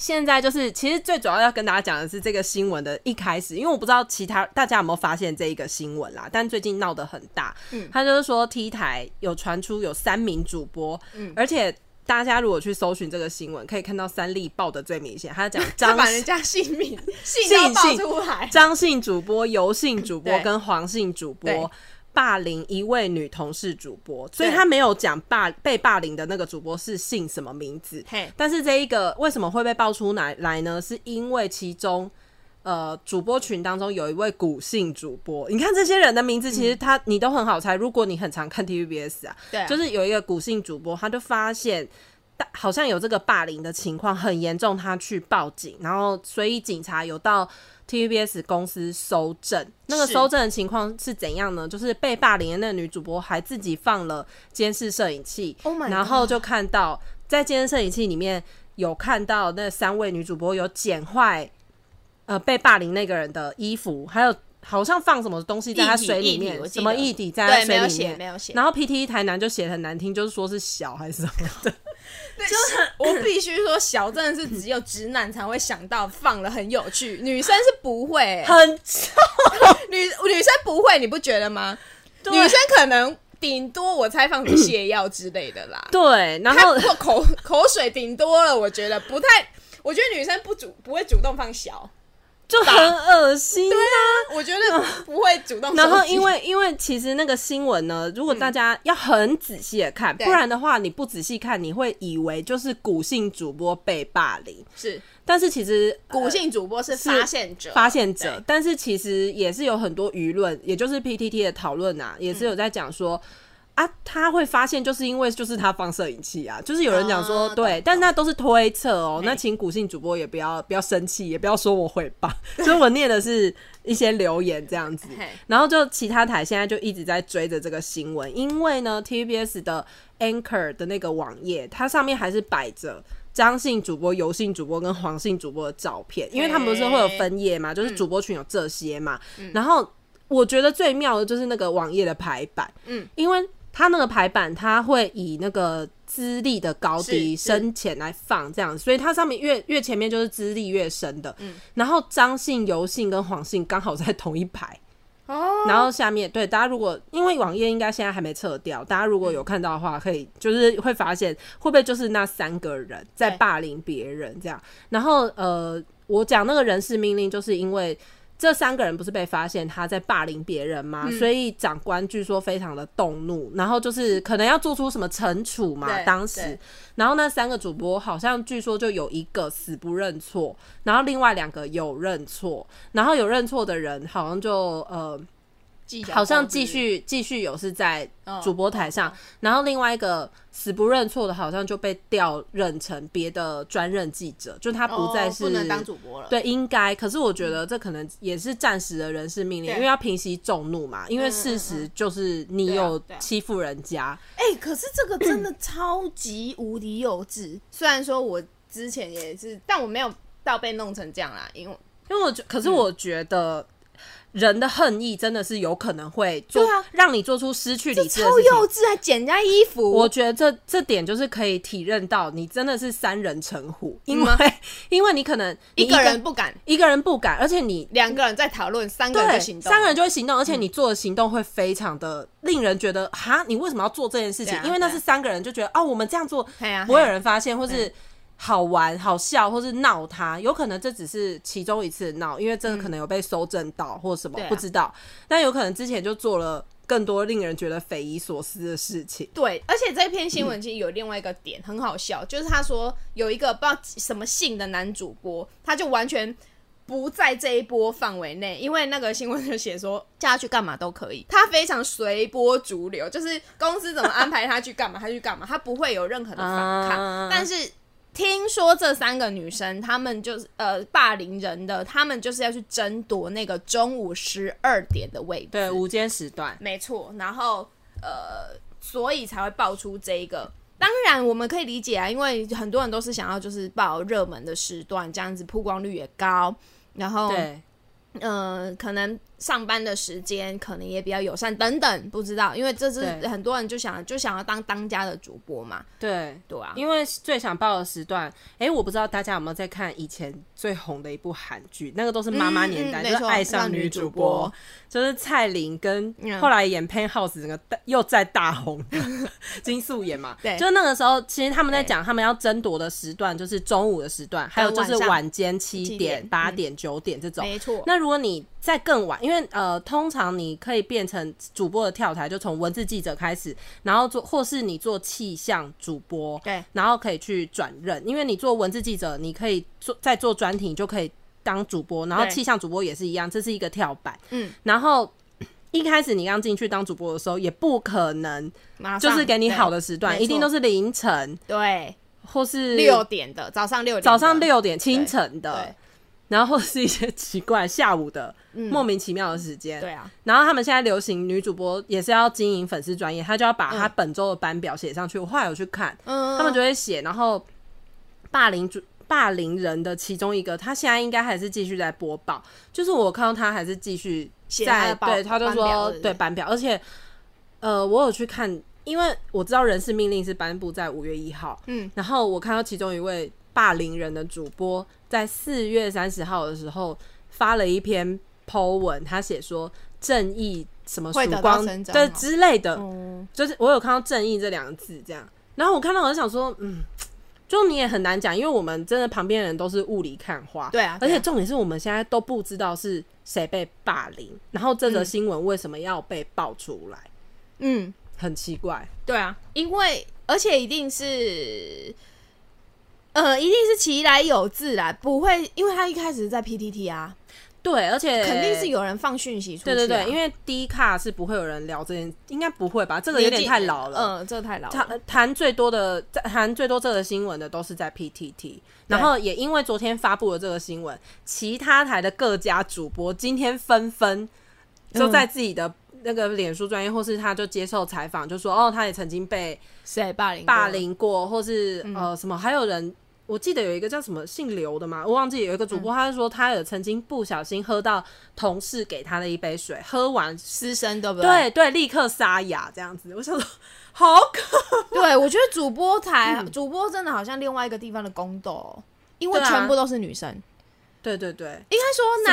Speaker 1: 现在就是，其实最主要要跟大家讲的是这个新闻的一开始，因为我不知道其他大家有没有发现这一个新闻啦，但最近闹得很大。
Speaker 2: 嗯
Speaker 1: 他就是说 T 台有传出有三名主播，
Speaker 2: 嗯
Speaker 1: 而且大家如果去搜寻这个新闻，可以看到三立报的最明 显，他讲
Speaker 2: 他
Speaker 1: 张
Speaker 2: 把人家姓名姓
Speaker 1: 姓
Speaker 2: 都报
Speaker 1: 姓
Speaker 2: 出来，
Speaker 1: 张姓主播、游姓主播
Speaker 2: 对
Speaker 1: 跟黄姓主
Speaker 2: 对
Speaker 1: 播霸凌一位女同事主播，所以
Speaker 2: 对
Speaker 1: 他没有讲霸被霸凌的那个主播是姓什么名字
Speaker 2: 嘿。
Speaker 1: 但是这一个为什么会被爆出来来呢？是因为其中。呃，主播群当中有一位古姓主播，你看这些人的名字，其实
Speaker 2: 嗯
Speaker 1: 他、你都很好猜。如果你很常看 TVBS 啊，
Speaker 2: 对啊
Speaker 1: 就是有一个古姓主播，他就发现大好像有这个霸凌的情况很严重，他去报警，然后所以警察有到 TVBS 公司搜证。那个
Speaker 2: 是
Speaker 1: 搜证的情况是怎样呢？就是被霸凌的那个女主播还自己放了监视摄影器
Speaker 2: Oh my
Speaker 1: 然后就看到在监视摄影器里面有看到那三位女主播有剪坏呃被霸凌那个人的衣服，还有。好像放什么东西在他
Speaker 2: 液体
Speaker 1: 水里
Speaker 2: 液体
Speaker 1: 面
Speaker 2: 我，记
Speaker 1: 什么
Speaker 2: 得
Speaker 1: 液体在他
Speaker 2: 对，
Speaker 1: 水
Speaker 2: 没
Speaker 1: 里
Speaker 2: 有
Speaker 1: 面，
Speaker 2: 写，没有写。
Speaker 1: 然后 PT 台南就写得很难听，就是说是小还 是什么的。
Speaker 2: 就是我必须说，小真的是只有直男才会想到放了很有趣，女生是不会欸、
Speaker 1: 很
Speaker 2: 女女生不会，你不觉得吗？女生可能顶多我猜放泻药之类的啦，
Speaker 1: 对， 然后
Speaker 2: 她过口口水顶多了，我觉得不太。我觉得女生不主不会主动放小，
Speaker 1: 就很恶心。啊
Speaker 2: 我觉得不会主动收集。
Speaker 1: 然后因为因为其实那个新闻呢，如果大家要很仔细的看，
Speaker 2: 对
Speaker 1: 不然的话你不仔细看，你会以为就是古姓主播被霸凌，
Speaker 2: 是
Speaker 1: 但是其实呃
Speaker 2: 古姓主播是
Speaker 1: 是
Speaker 2: 发现者，
Speaker 1: 发现者
Speaker 2: 对，
Speaker 1: 但是其实也是有很多舆论，也就是 PTT 的讨论啊，也是有在讲说。
Speaker 2: 嗯
Speaker 1: 啊，他会发现，就是因为就是他放摄影器啊，就是有人讲说、
Speaker 2: 哦
Speaker 1: 对，但那都是推测哦。
Speaker 2: 嘿
Speaker 1: 那请古姓主播也不要不要生气，也不要说我会吧， 所以我念的是一些留言这样子
Speaker 2: 嘿。
Speaker 1: 然后就其他台现在就一直在追着这个新闻，因为呢 TVBS 的 Anchor 的那个网页，它上面还是摆着张姓主播、游姓主播跟黄姓主播的照片，因为他们不是会有分页嘛，
Speaker 2: 嗯
Speaker 1: 就是主播群有这些嘛。然后我觉得最妙的就是那个网页的排版，
Speaker 2: 嗯，
Speaker 1: 因为它那个排版它会以那个资历的高低、
Speaker 2: 是是
Speaker 1: 深浅来放这样，所以它上面越越前面就是资历越深的，
Speaker 2: 嗯
Speaker 1: 然后张姓、游姓跟黄姓刚好在同一排。
Speaker 2: 哦，
Speaker 1: 然后下面对大家如果因为网页应该现在还没撤掉，大家如果有看到的话，可以就是会发现会不会就是那三个人在
Speaker 2: 对
Speaker 1: 霸凌别人这样。然后呃，我讲那个人事命令，就是因为这三个人不是被发现他在霸凌别人吗？所以长官据说非常的动怒，然后就是可能要做出什么惩处嘛，
Speaker 2: 对
Speaker 1: 当时
Speaker 2: 对。
Speaker 1: 然后那三个主播好像据说就有一个死不认错，然后另外两个有认错，然后有认错的人好像就呃。
Speaker 2: 继续
Speaker 1: 好像继续继续有是在
Speaker 2: 嗯
Speaker 1: 主播台上，然后另外一个死不认错的，好像就被调任成别的专任记者，就他不再是、
Speaker 2: 哦不能当主播了。
Speaker 1: 对，应该。可是我觉得这可能也是暂时的人事命令，
Speaker 2: 对
Speaker 1: 因为要平息众怒嘛。因为事实就是你
Speaker 2: 对啊
Speaker 1: 有
Speaker 2: 对啊
Speaker 1: 欺负人家，
Speaker 2: 哎、可是这个真的超级无敌幼稚。虽然说我之前也是，但我没有到被弄成这样啦，因为
Speaker 1: 因为我
Speaker 2: 嗯
Speaker 1: 觉，可是我觉得。人的恨意真的是有可能会做，
Speaker 2: 对啊
Speaker 1: 让你做出失去理智的
Speaker 2: 超
Speaker 1: 事情。
Speaker 2: 幼稚，还剪人家衣服。
Speaker 1: 我觉得这这点就是可以体认到，你真的是三人成虎，因为、
Speaker 2: 嗯
Speaker 1: 因为你可能你
Speaker 2: 一个人不敢，
Speaker 1: 一个人不敢，而且你
Speaker 2: 两个人在讨论，三个人
Speaker 1: 对
Speaker 2: 就行动，嗯
Speaker 1: 三个人就会行动，而且你做的行动会非常的令人觉得哈，你为什么要做这件事情？
Speaker 2: 对啊
Speaker 1: 因为那是三个人就觉得哦，我们这样做
Speaker 2: 嘿啊
Speaker 1: 不会有人发现，或是好玩、好笑，或是闹他，有可能这只是其中一次闹，因为这个可能有被搜证到或什么
Speaker 2: 嗯对啊
Speaker 1: 不知道，但有可能之前就做了更多令人觉得匪夷所思的事情。
Speaker 2: 对，而且这篇新闻其实有另外一个点、很好笑，就是他说有一个不知道什么姓的男主播，他就完全不在这一波范围内，因为那个新闻就写说叫他去干嘛都可以，他非常随波逐流，就是公司怎么安排他去干嘛，他去干嘛，他不会有任何的反
Speaker 1: 啊
Speaker 2: 抗。但是听说这三个女生，她们就是呃霸凌人的，她们就是要去争夺那个中午十二点的位置。
Speaker 1: 对，午间时段，
Speaker 2: 没错，然后呃，所以才会爆出这一个。当然，我们可以理解啊，因为很多人都是想要就是报热门的时段，这样子曝光率也高，然后
Speaker 1: 对，
Speaker 2: 呃，可能上班的时间可能也比较友善等等，不知道，因为这是
Speaker 1: 对
Speaker 2: 很多人就想就想要当当家的主播嘛，
Speaker 1: 对，
Speaker 2: 对啊，
Speaker 1: 因为最想爆的时段，哎、我不知道大家有没有在看以前最红的一部韩剧，那个都是妈妈年代，
Speaker 2: 嗯
Speaker 1: 就
Speaker 2: 嗯没
Speaker 1: 是
Speaker 2: 错
Speaker 1: 爱上女主播，
Speaker 2: 让女主播
Speaker 1: 就是蔡琳跟
Speaker 2: 嗯
Speaker 1: 后来演 Penthouse 整个大又再大红 的金素妍嘛，
Speaker 2: 对
Speaker 1: 就是那个时候，其实他们在讲他们要争夺的时段，就是中午的时段，还有就是
Speaker 2: 呃晚上
Speaker 1: 晚间七
Speaker 2: 7
Speaker 1: 点、
Speaker 2: 点嗯
Speaker 1: 八点、九点这种，
Speaker 2: 没错，
Speaker 1: 那如果你再更晚，因为呃，通常你可以变成主播的跳台，就从文字记者开始，然后做或是你做气象主播，
Speaker 2: 对，
Speaker 1: 然后可以去转任，因为你做文字记者，你可以做再做专题，你就可以当主播，然后
Speaker 2: 对
Speaker 1: 气象主播也是一样，这是一个跳板，
Speaker 2: 嗯，
Speaker 1: 然后。一开始你刚进去当主播的时候，也不可能
Speaker 2: 马上
Speaker 1: 就是给你好的时段，
Speaker 2: 对
Speaker 1: 一定都是凌晨
Speaker 2: 对
Speaker 1: 或是
Speaker 2: 六点的早上六点的
Speaker 1: 早上六点清晨的
Speaker 2: 对，
Speaker 1: 然后是一些奇怪下午的、莫名其妙的时间。
Speaker 2: 对啊，
Speaker 1: 然后他们现在流行女主播也是要经营粉丝专业，她就要把她本周的班表写上去。我后来有去看，
Speaker 2: 嗯，
Speaker 1: 他们就会写，然后霸凌主。霸凌人的其中一个，他现在应该还是继续在播报，就是我看到他还是继续
Speaker 2: 写他
Speaker 1: 在
Speaker 2: 的报
Speaker 1: 对，他就
Speaker 2: 班表
Speaker 1: 说
Speaker 2: 是不是
Speaker 1: 对班表，而且呃，我有去看，因为我知道人事命令是颁布在五月一号，
Speaker 2: 嗯，
Speaker 1: 然后我看到其中一位霸凌人的主播在四月三十号的时候发了一篇 Po 文，他写说正义什么
Speaker 2: 会
Speaker 1: 曙
Speaker 2: 得到
Speaker 1: 光
Speaker 2: 伸张
Speaker 1: 对
Speaker 2: 吗
Speaker 1: 之类的，
Speaker 2: 嗯
Speaker 1: 就是我有看到“正义”这两个字，这样，然后我看到我就想说，嗯，就你也很难讲，因为我们真的旁边人都是雾里看花，
Speaker 2: 对啊
Speaker 1: 而
Speaker 2: 对
Speaker 1: 且
Speaker 2: 啊
Speaker 1: 重点是我们现在都不知道是谁被霸凌，然后这则新闻为什么要被爆出来，
Speaker 2: 嗯。
Speaker 1: 很奇怪，
Speaker 2: 对啊，因为而且一定是，呃，一定是其来有自啦，不会，因为他一开始是在 PTT 啊，
Speaker 1: 对，而且
Speaker 2: 肯定是。有人放讯息出去、
Speaker 1: 对
Speaker 2: 啊，
Speaker 1: 对对，因
Speaker 2: 为
Speaker 1: 为低卡是不会有人聊这件，应该不会吧？这个有点太老了。
Speaker 2: 嗯、这个太老了，
Speaker 1: 谈呃谈最多的谈最多这个新闻的都是在 PTT，然后也因为昨天发布了这个新闻，其他台的各家主播今天纷纷就在自己的那个脸书专业，或是他就接受采访，就说哦，他也曾经被
Speaker 2: 谁霸凌过
Speaker 1: 霸？凌过，或是呃什么，还有人。我记得有一个叫什么姓刘的嘛，我忘记有一个主播，他就说他有曾经不小心喝到同事给他的一杯水，喝完
Speaker 2: 师生对不
Speaker 1: 对对立刻沙哑这样子，我想说好可
Speaker 2: 对，对我觉得主播台、主播真的好像另外一个地方的宫斗哦、因
Speaker 1: 嗯
Speaker 2: 为
Speaker 1: 对啊
Speaker 2: 全部都是女生，
Speaker 1: 对对对，
Speaker 2: 应该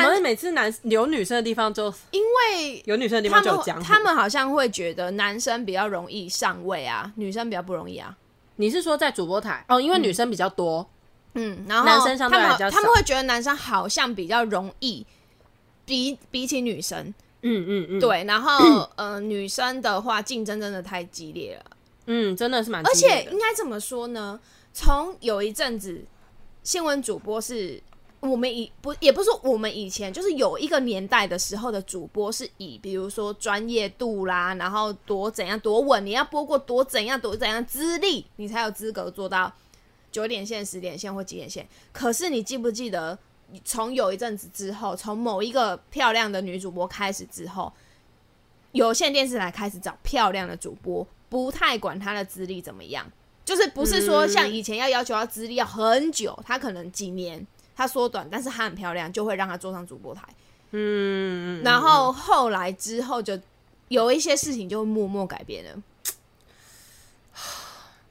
Speaker 1: 怎
Speaker 2: 说
Speaker 1: 么
Speaker 2: 男，
Speaker 1: 每次男有女生的地方就
Speaker 2: 因为
Speaker 1: 有女生的地
Speaker 2: 他
Speaker 1: 方就有江
Speaker 2: 们
Speaker 1: 湖？
Speaker 2: 他们好像会觉得男生比较容易上位啊，女生比较不容易啊。
Speaker 1: 你是说在主播台哦？因为女生比较多，
Speaker 2: 嗯，然后
Speaker 1: 男生相对来
Speaker 2: 他
Speaker 1: 比较
Speaker 2: 们
Speaker 1: 少
Speaker 2: 他们会觉得男生好像比较容易，比比起女生，
Speaker 1: 嗯嗯嗯，，
Speaker 2: 对，然后呃，女生的话竞争真的太激烈了，
Speaker 1: 嗯，真的是蛮
Speaker 2: 而
Speaker 1: 激烈
Speaker 2: 且
Speaker 1: 的，
Speaker 2: 应该怎么说呢？从有一阵子新闻主播是我们以不也不是说我们以前，就是有一个年代的时候的主播是以比如说专业度啦，然后多怎样多稳，你要播过多怎样多怎样资历，你才有资格做到九点线、十点线或几点线。可是你记不记得，从有一阵子之后，从某一个漂亮的女主播开始之后，有线电视台开始找漂亮的主播，不太管她的资历怎么样，就是不是说
Speaker 1: 嗯
Speaker 2: 像以前要要求她资历要很久，她可能几年。她缩短，但是她很漂亮，就会让她坐上主播台。
Speaker 1: 嗯，
Speaker 2: 然后后来之后就有一些事情就默默改变了，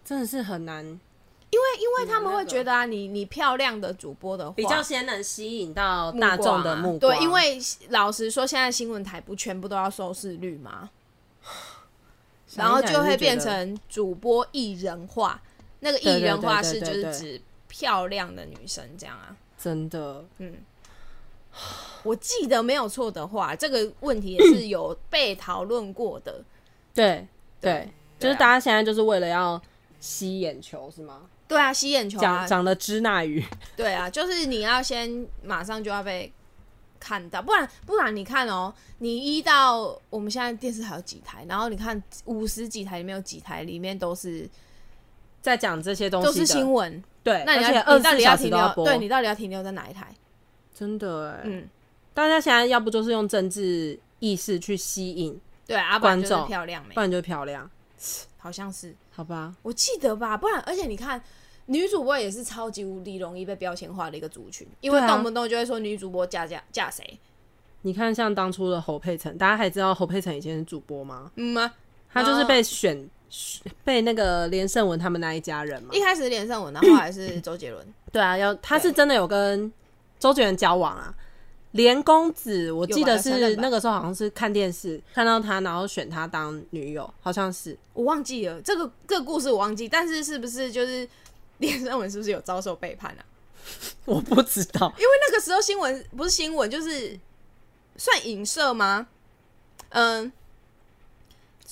Speaker 1: 真的是很难，
Speaker 2: 因为因为他们会觉得啊，你你漂亮的主播的话，
Speaker 1: 比较先能吸引到
Speaker 2: 目
Speaker 1: 大众的
Speaker 2: 啊
Speaker 1: 目光。
Speaker 2: 对，因为老实说，现在新闻台不全部都要收视率吗？然后就会变成主播艺人化，那个艺人化是
Speaker 1: 对
Speaker 2: 就
Speaker 1: 对对对对
Speaker 2: 是指漂亮的女生这样啊。
Speaker 1: 真的，
Speaker 2: 嗯，我记得没有错的话，这个问题也是有被讨论过的。
Speaker 1: 对
Speaker 2: 对
Speaker 1: 嗯对，就是
Speaker 2: 啊
Speaker 1: 大家现在就是为了要吸眼球是吗？
Speaker 2: 对啊，吸眼球啊
Speaker 1: 讲，讲的支那语，
Speaker 2: 对啊，就是你要先马上就要被看到，不然不然你看哦，你一到我们现在电视台有几台，然后你看五十几台里面有几台里面都是
Speaker 1: 在讲这些东西
Speaker 2: 都是
Speaker 1: 的
Speaker 2: 新闻，
Speaker 1: 对，
Speaker 2: 那你
Speaker 1: 而且
Speaker 2: 要
Speaker 1: 二
Speaker 2: 你到
Speaker 1: 十
Speaker 2: 底
Speaker 1: 四
Speaker 2: 要
Speaker 1: 小时
Speaker 2: 停
Speaker 1: 都要
Speaker 2: 留？
Speaker 1: 播，
Speaker 2: 对你到底要停留在哪一台？
Speaker 1: 真的哎、
Speaker 2: 嗯，
Speaker 1: 大家现在要不就是用政治意识去吸引，
Speaker 2: 对啊，不然
Speaker 1: 观
Speaker 2: 就是
Speaker 1: 众
Speaker 2: 漂亮美
Speaker 1: 不，然就漂亮，
Speaker 2: 好像是
Speaker 1: 好吧？
Speaker 2: 我记得吧，不然而且你看。女主播也是超级无敌容易被标签化的一个族群，因为
Speaker 1: 对啊
Speaker 2: 动不动就会说女主播嫁嫁嫁谁，
Speaker 1: 你看，像当初的侯佩岑，大家还知道侯佩岑以前是主播吗？
Speaker 2: 嗯吗、
Speaker 1: 他就是被选、选被那个连胜文他们那一家人嘛
Speaker 2: 一。开始连胜文，然后后来是周杰伦，
Speaker 1: 对啊，要他是真的有跟周杰伦交往啊。连公子，我记得
Speaker 2: 有吧有承
Speaker 1: 是
Speaker 2: 认吧
Speaker 1: 那个时候好像是看电视看到他，然后选他当女友，好像是。
Speaker 2: 我忘记了这个这个故事我忘记，但是是不是就是 连胜文是不是有遭受背叛啊？
Speaker 1: 我不知道，
Speaker 2: 因为那个时候新闻不是新闻，就是算影射吗？嗯，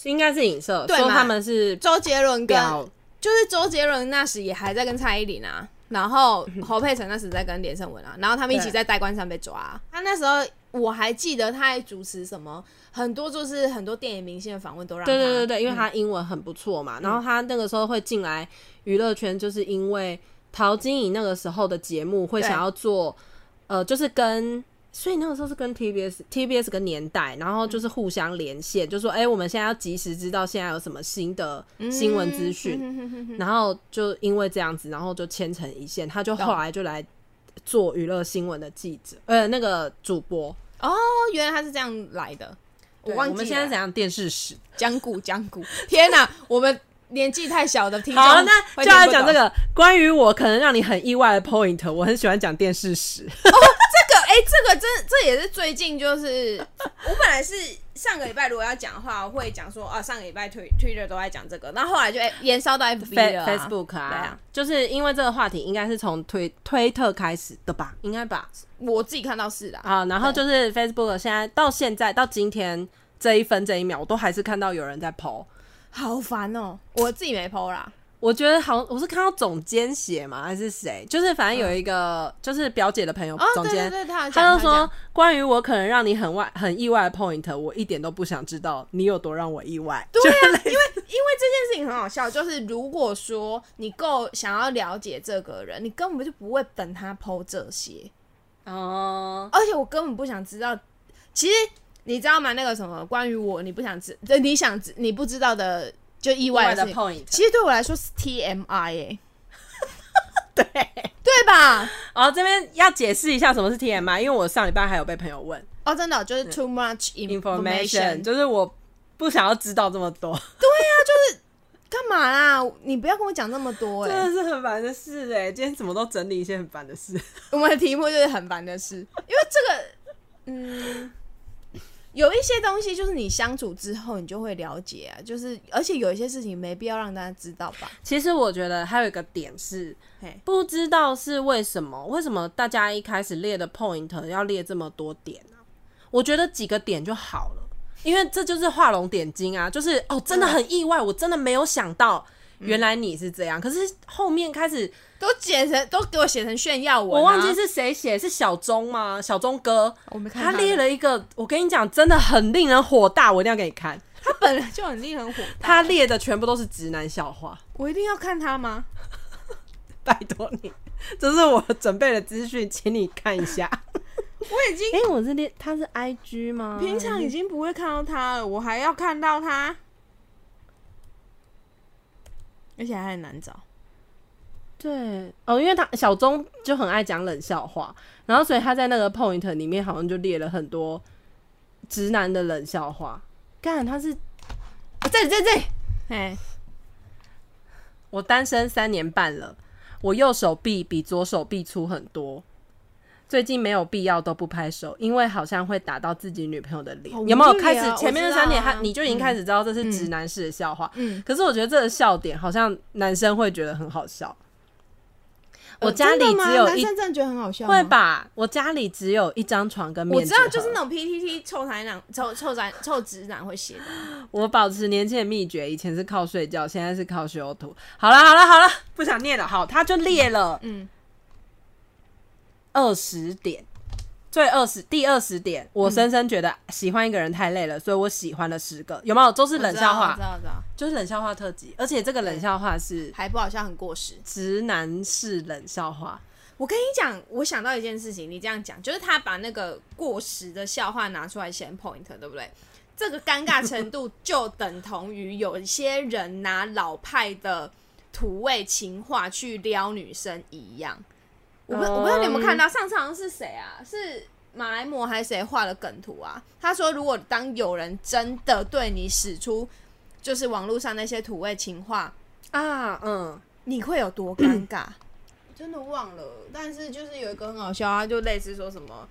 Speaker 1: 应该是影射，
Speaker 2: 对
Speaker 1: 说
Speaker 2: 嘛
Speaker 1: 他们是
Speaker 2: 周杰伦跟
Speaker 1: 表
Speaker 2: 就是周杰伦那时也还在跟蔡依林啊，然后侯佩岑那时在跟连胜文啊，然后他们一起
Speaker 1: 对
Speaker 2: 在代官山被抓、啊。他那时候我还记得他还主持什么很多就是很多电影明星的访问都让他嗯
Speaker 1: 对对对对，因为他英文很不错嘛，然后他那个时候会进来娱乐圈，就是因为陶晶莹那个时候的节目会
Speaker 2: 对
Speaker 1: 想要做，呃，就是跟。所以那个时候是跟 TBS、TBS 跟年代，然后
Speaker 2: 嗯
Speaker 1: 就是互相连线，就说：“哎、我们现在要及时知道现在有什么新的
Speaker 2: 嗯
Speaker 1: 新闻资讯。
Speaker 2: 讯，
Speaker 1: 然后就因为这样子，然后就牵成一线，他就后来就来做娱乐新闻的记者，呃，那个主播。
Speaker 2: 哦，原来他是这样来的。我
Speaker 1: 对
Speaker 2: 忘记
Speaker 1: 我们
Speaker 2: 了
Speaker 1: 现在怎样电视史？
Speaker 2: 江古江古，天哪、我们年纪太小的听众，
Speaker 1: 好，那就来讲这。个关于我可能让你很意外的 point。我很喜欢讲电视 史，
Speaker 2: 这个哎、这个真这也是最近就是，我本来是上个礼拜如果要讲的话，我会讲说啊，上个礼拜推 Twitter 都在讲这个，那后来就、哎延烧到 FB 了、啊、
Speaker 1: Facebook 啊，
Speaker 2: 对啊，
Speaker 1: 就是因为这个话题应该是从推推特开始的吧，应该吧。
Speaker 2: 我自己看到是的、啊，
Speaker 1: 啊，然后就是 Facebook 现在到现在到今天这一分这一秒，我都还是看到有人在 PO。
Speaker 2: 好烦哦、我自己没 PO 啦，
Speaker 1: 我觉得好像，我是看到总监写嘛，还是谁？就是反正有一个、就是表姐的朋友、
Speaker 2: 哦，
Speaker 1: 总
Speaker 2: 对
Speaker 1: 监
Speaker 2: 对，对，他有讲
Speaker 1: 他就
Speaker 2: 有讲
Speaker 1: 说关于我可能让你很外很意外的 point，我一点都不想知道你有多让我意外。对
Speaker 2: 啊
Speaker 1: 啊
Speaker 2: 因为这件事情很好笑，就是如果说你够想要了解这个人，你根本就不会等他 PO 这些，
Speaker 1: 哦，
Speaker 2: 而且我根本不想知道。其实你知道吗？那个什么关于我，你不想知，呃你想知你不知道的，就意
Speaker 1: 意外
Speaker 2: 外
Speaker 1: 的
Speaker 2: 事情
Speaker 1: point，
Speaker 2: 其实对我来说是 TMI 哎、 对对吧？
Speaker 1: 哦，这边要解释一下什么是 TMI，因为我上礼拜还有被朋友问
Speaker 2: 哦，真的哦、就是 too much
Speaker 1: information，
Speaker 2: information，
Speaker 1: 就是我不想要知道这么多，
Speaker 2: 干嘛啦？你不要跟我讲那么 多 哎、
Speaker 1: 真的是很烦的事哎、今天怎么都整理一些很烦的事，
Speaker 2: 我们的题目就是很烦的事，因为这个，嗯，有一些东西就是你相处之后你就会了解啊，就是而且有一些事情没必要让大家知道吧。
Speaker 1: 其实我觉得还有一个点是
Speaker 2: 嘿，
Speaker 1: 不知道是为什么，为什么大家一开始列的 point 要列这么多点呢、我觉得几个点就好嗯了，因为这就是画龙点睛啊，就是哦，真的很意外，我真的没有想到。原来你是这样。可是后面开始，
Speaker 2: 都写成都给我写成炫耀文、啊
Speaker 1: 我忘记，是谁写，是小钟吗？小钟哥，
Speaker 2: 我没看
Speaker 1: 他
Speaker 2: 他
Speaker 1: 列了一个，我跟你讲，真的很令人火大，我一定要给你看。
Speaker 2: 他本来就很令人火大，
Speaker 1: 他列的全部都是直男笑话，
Speaker 2: 我一定要看他吗？
Speaker 1: 拜托你，这是我准备的资讯，请你看一 下。
Speaker 2: 我已经
Speaker 1: 哎、我这列他是 I G 吗？
Speaker 2: 平常已经不会看到他了，我还要看到他，而且还很难找。
Speaker 1: 对哦，因为他小钟就很爱讲冷笑话，然后所以他在那个 point 里面好像就列了很多直男的冷笑话。干，他是啊这里这里这里，
Speaker 2: 哎，
Speaker 1: 我单身三年半了，我右手臂比左手臂粗很多。最近没有必要都不拍手，因为好像会打到自己女朋友的脸。
Speaker 2: 好无
Speaker 1: 有没有
Speaker 2: 聊
Speaker 1: 开始
Speaker 2: 我
Speaker 1: 前面那
Speaker 2: 知道
Speaker 1: 三点，
Speaker 2: 啊
Speaker 1: 他你就已经开始知道嗯这是直男式的笑话。
Speaker 2: 嗯
Speaker 1: 可是我觉得这个笑点好像男生会觉得很好笑。我家里
Speaker 2: 呃真的吗
Speaker 1: 只有
Speaker 2: 男
Speaker 1: 一
Speaker 2: 生真的觉得很好笑吗，
Speaker 1: 会吧？我家里只有一张床跟面
Speaker 2: 我
Speaker 1: 纸
Speaker 2: 知
Speaker 1: 盒
Speaker 2: 道，就是那种 PTT 臭宅男、臭臭宅、臭直男会写的。
Speaker 1: 我保持年轻的秘诀，以前是靠睡觉，现在是靠修图。好了好了好了，不想念了。好，他就列了
Speaker 2: 嗯，
Speaker 1: 二十点，最二十第二十点，
Speaker 2: 嗯
Speaker 1: 我深深觉得喜欢一个人太累了，所以我喜欢了十个，有没有？都是冷笑
Speaker 2: 我
Speaker 1: 话
Speaker 2: 知，道，我知道，
Speaker 1: 就是冷笑话特辑，而且这个冷笑话是
Speaker 2: 还不好笑，很过时。
Speaker 1: 直男式冷笑话。
Speaker 2: 我跟你讲，我想到一件事情，你这样讲，就是他把那个过时的笑话拿出来先 point，对不对？这个尴尬程度就等同于有一些人拿老派的土味情话去撩女生一样。我不我不知道你有没有看到，上次好像是谁啊？是马来貘还是谁画的梗图啊？他说，如果当有人真的对你使出就是网络上那些土味情话，
Speaker 1: 啊，嗯，
Speaker 2: 你会有多尴尬？真的忘了，但是就是有一个很好笑啊，就类似说什么，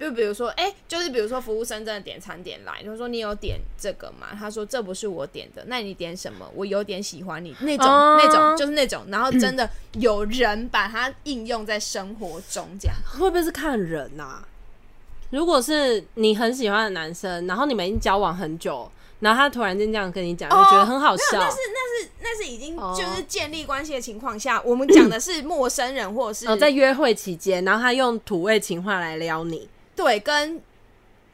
Speaker 2: 就比如说，哎、就是比如说服务生真的点餐点来，就说你有点这个吗？他说这不是我点的，那你点什么？我有点喜欢你那种、
Speaker 1: 哦
Speaker 2: 那种就是那种，然后真的有人把它应用在生活中，这样
Speaker 1: 会不会是看人呐、如果是你很喜欢的男生，然后你们已经交往很久，然后他突然间这样跟你讲，哦会觉得很好笑。
Speaker 2: 哦但是那是那是已经
Speaker 1: 哦
Speaker 2: 就是建立关系的情况下，我们讲的是陌生人或者是、
Speaker 1: 哦，在约会期间，然后他用土味情话来撩你，
Speaker 2: 对跟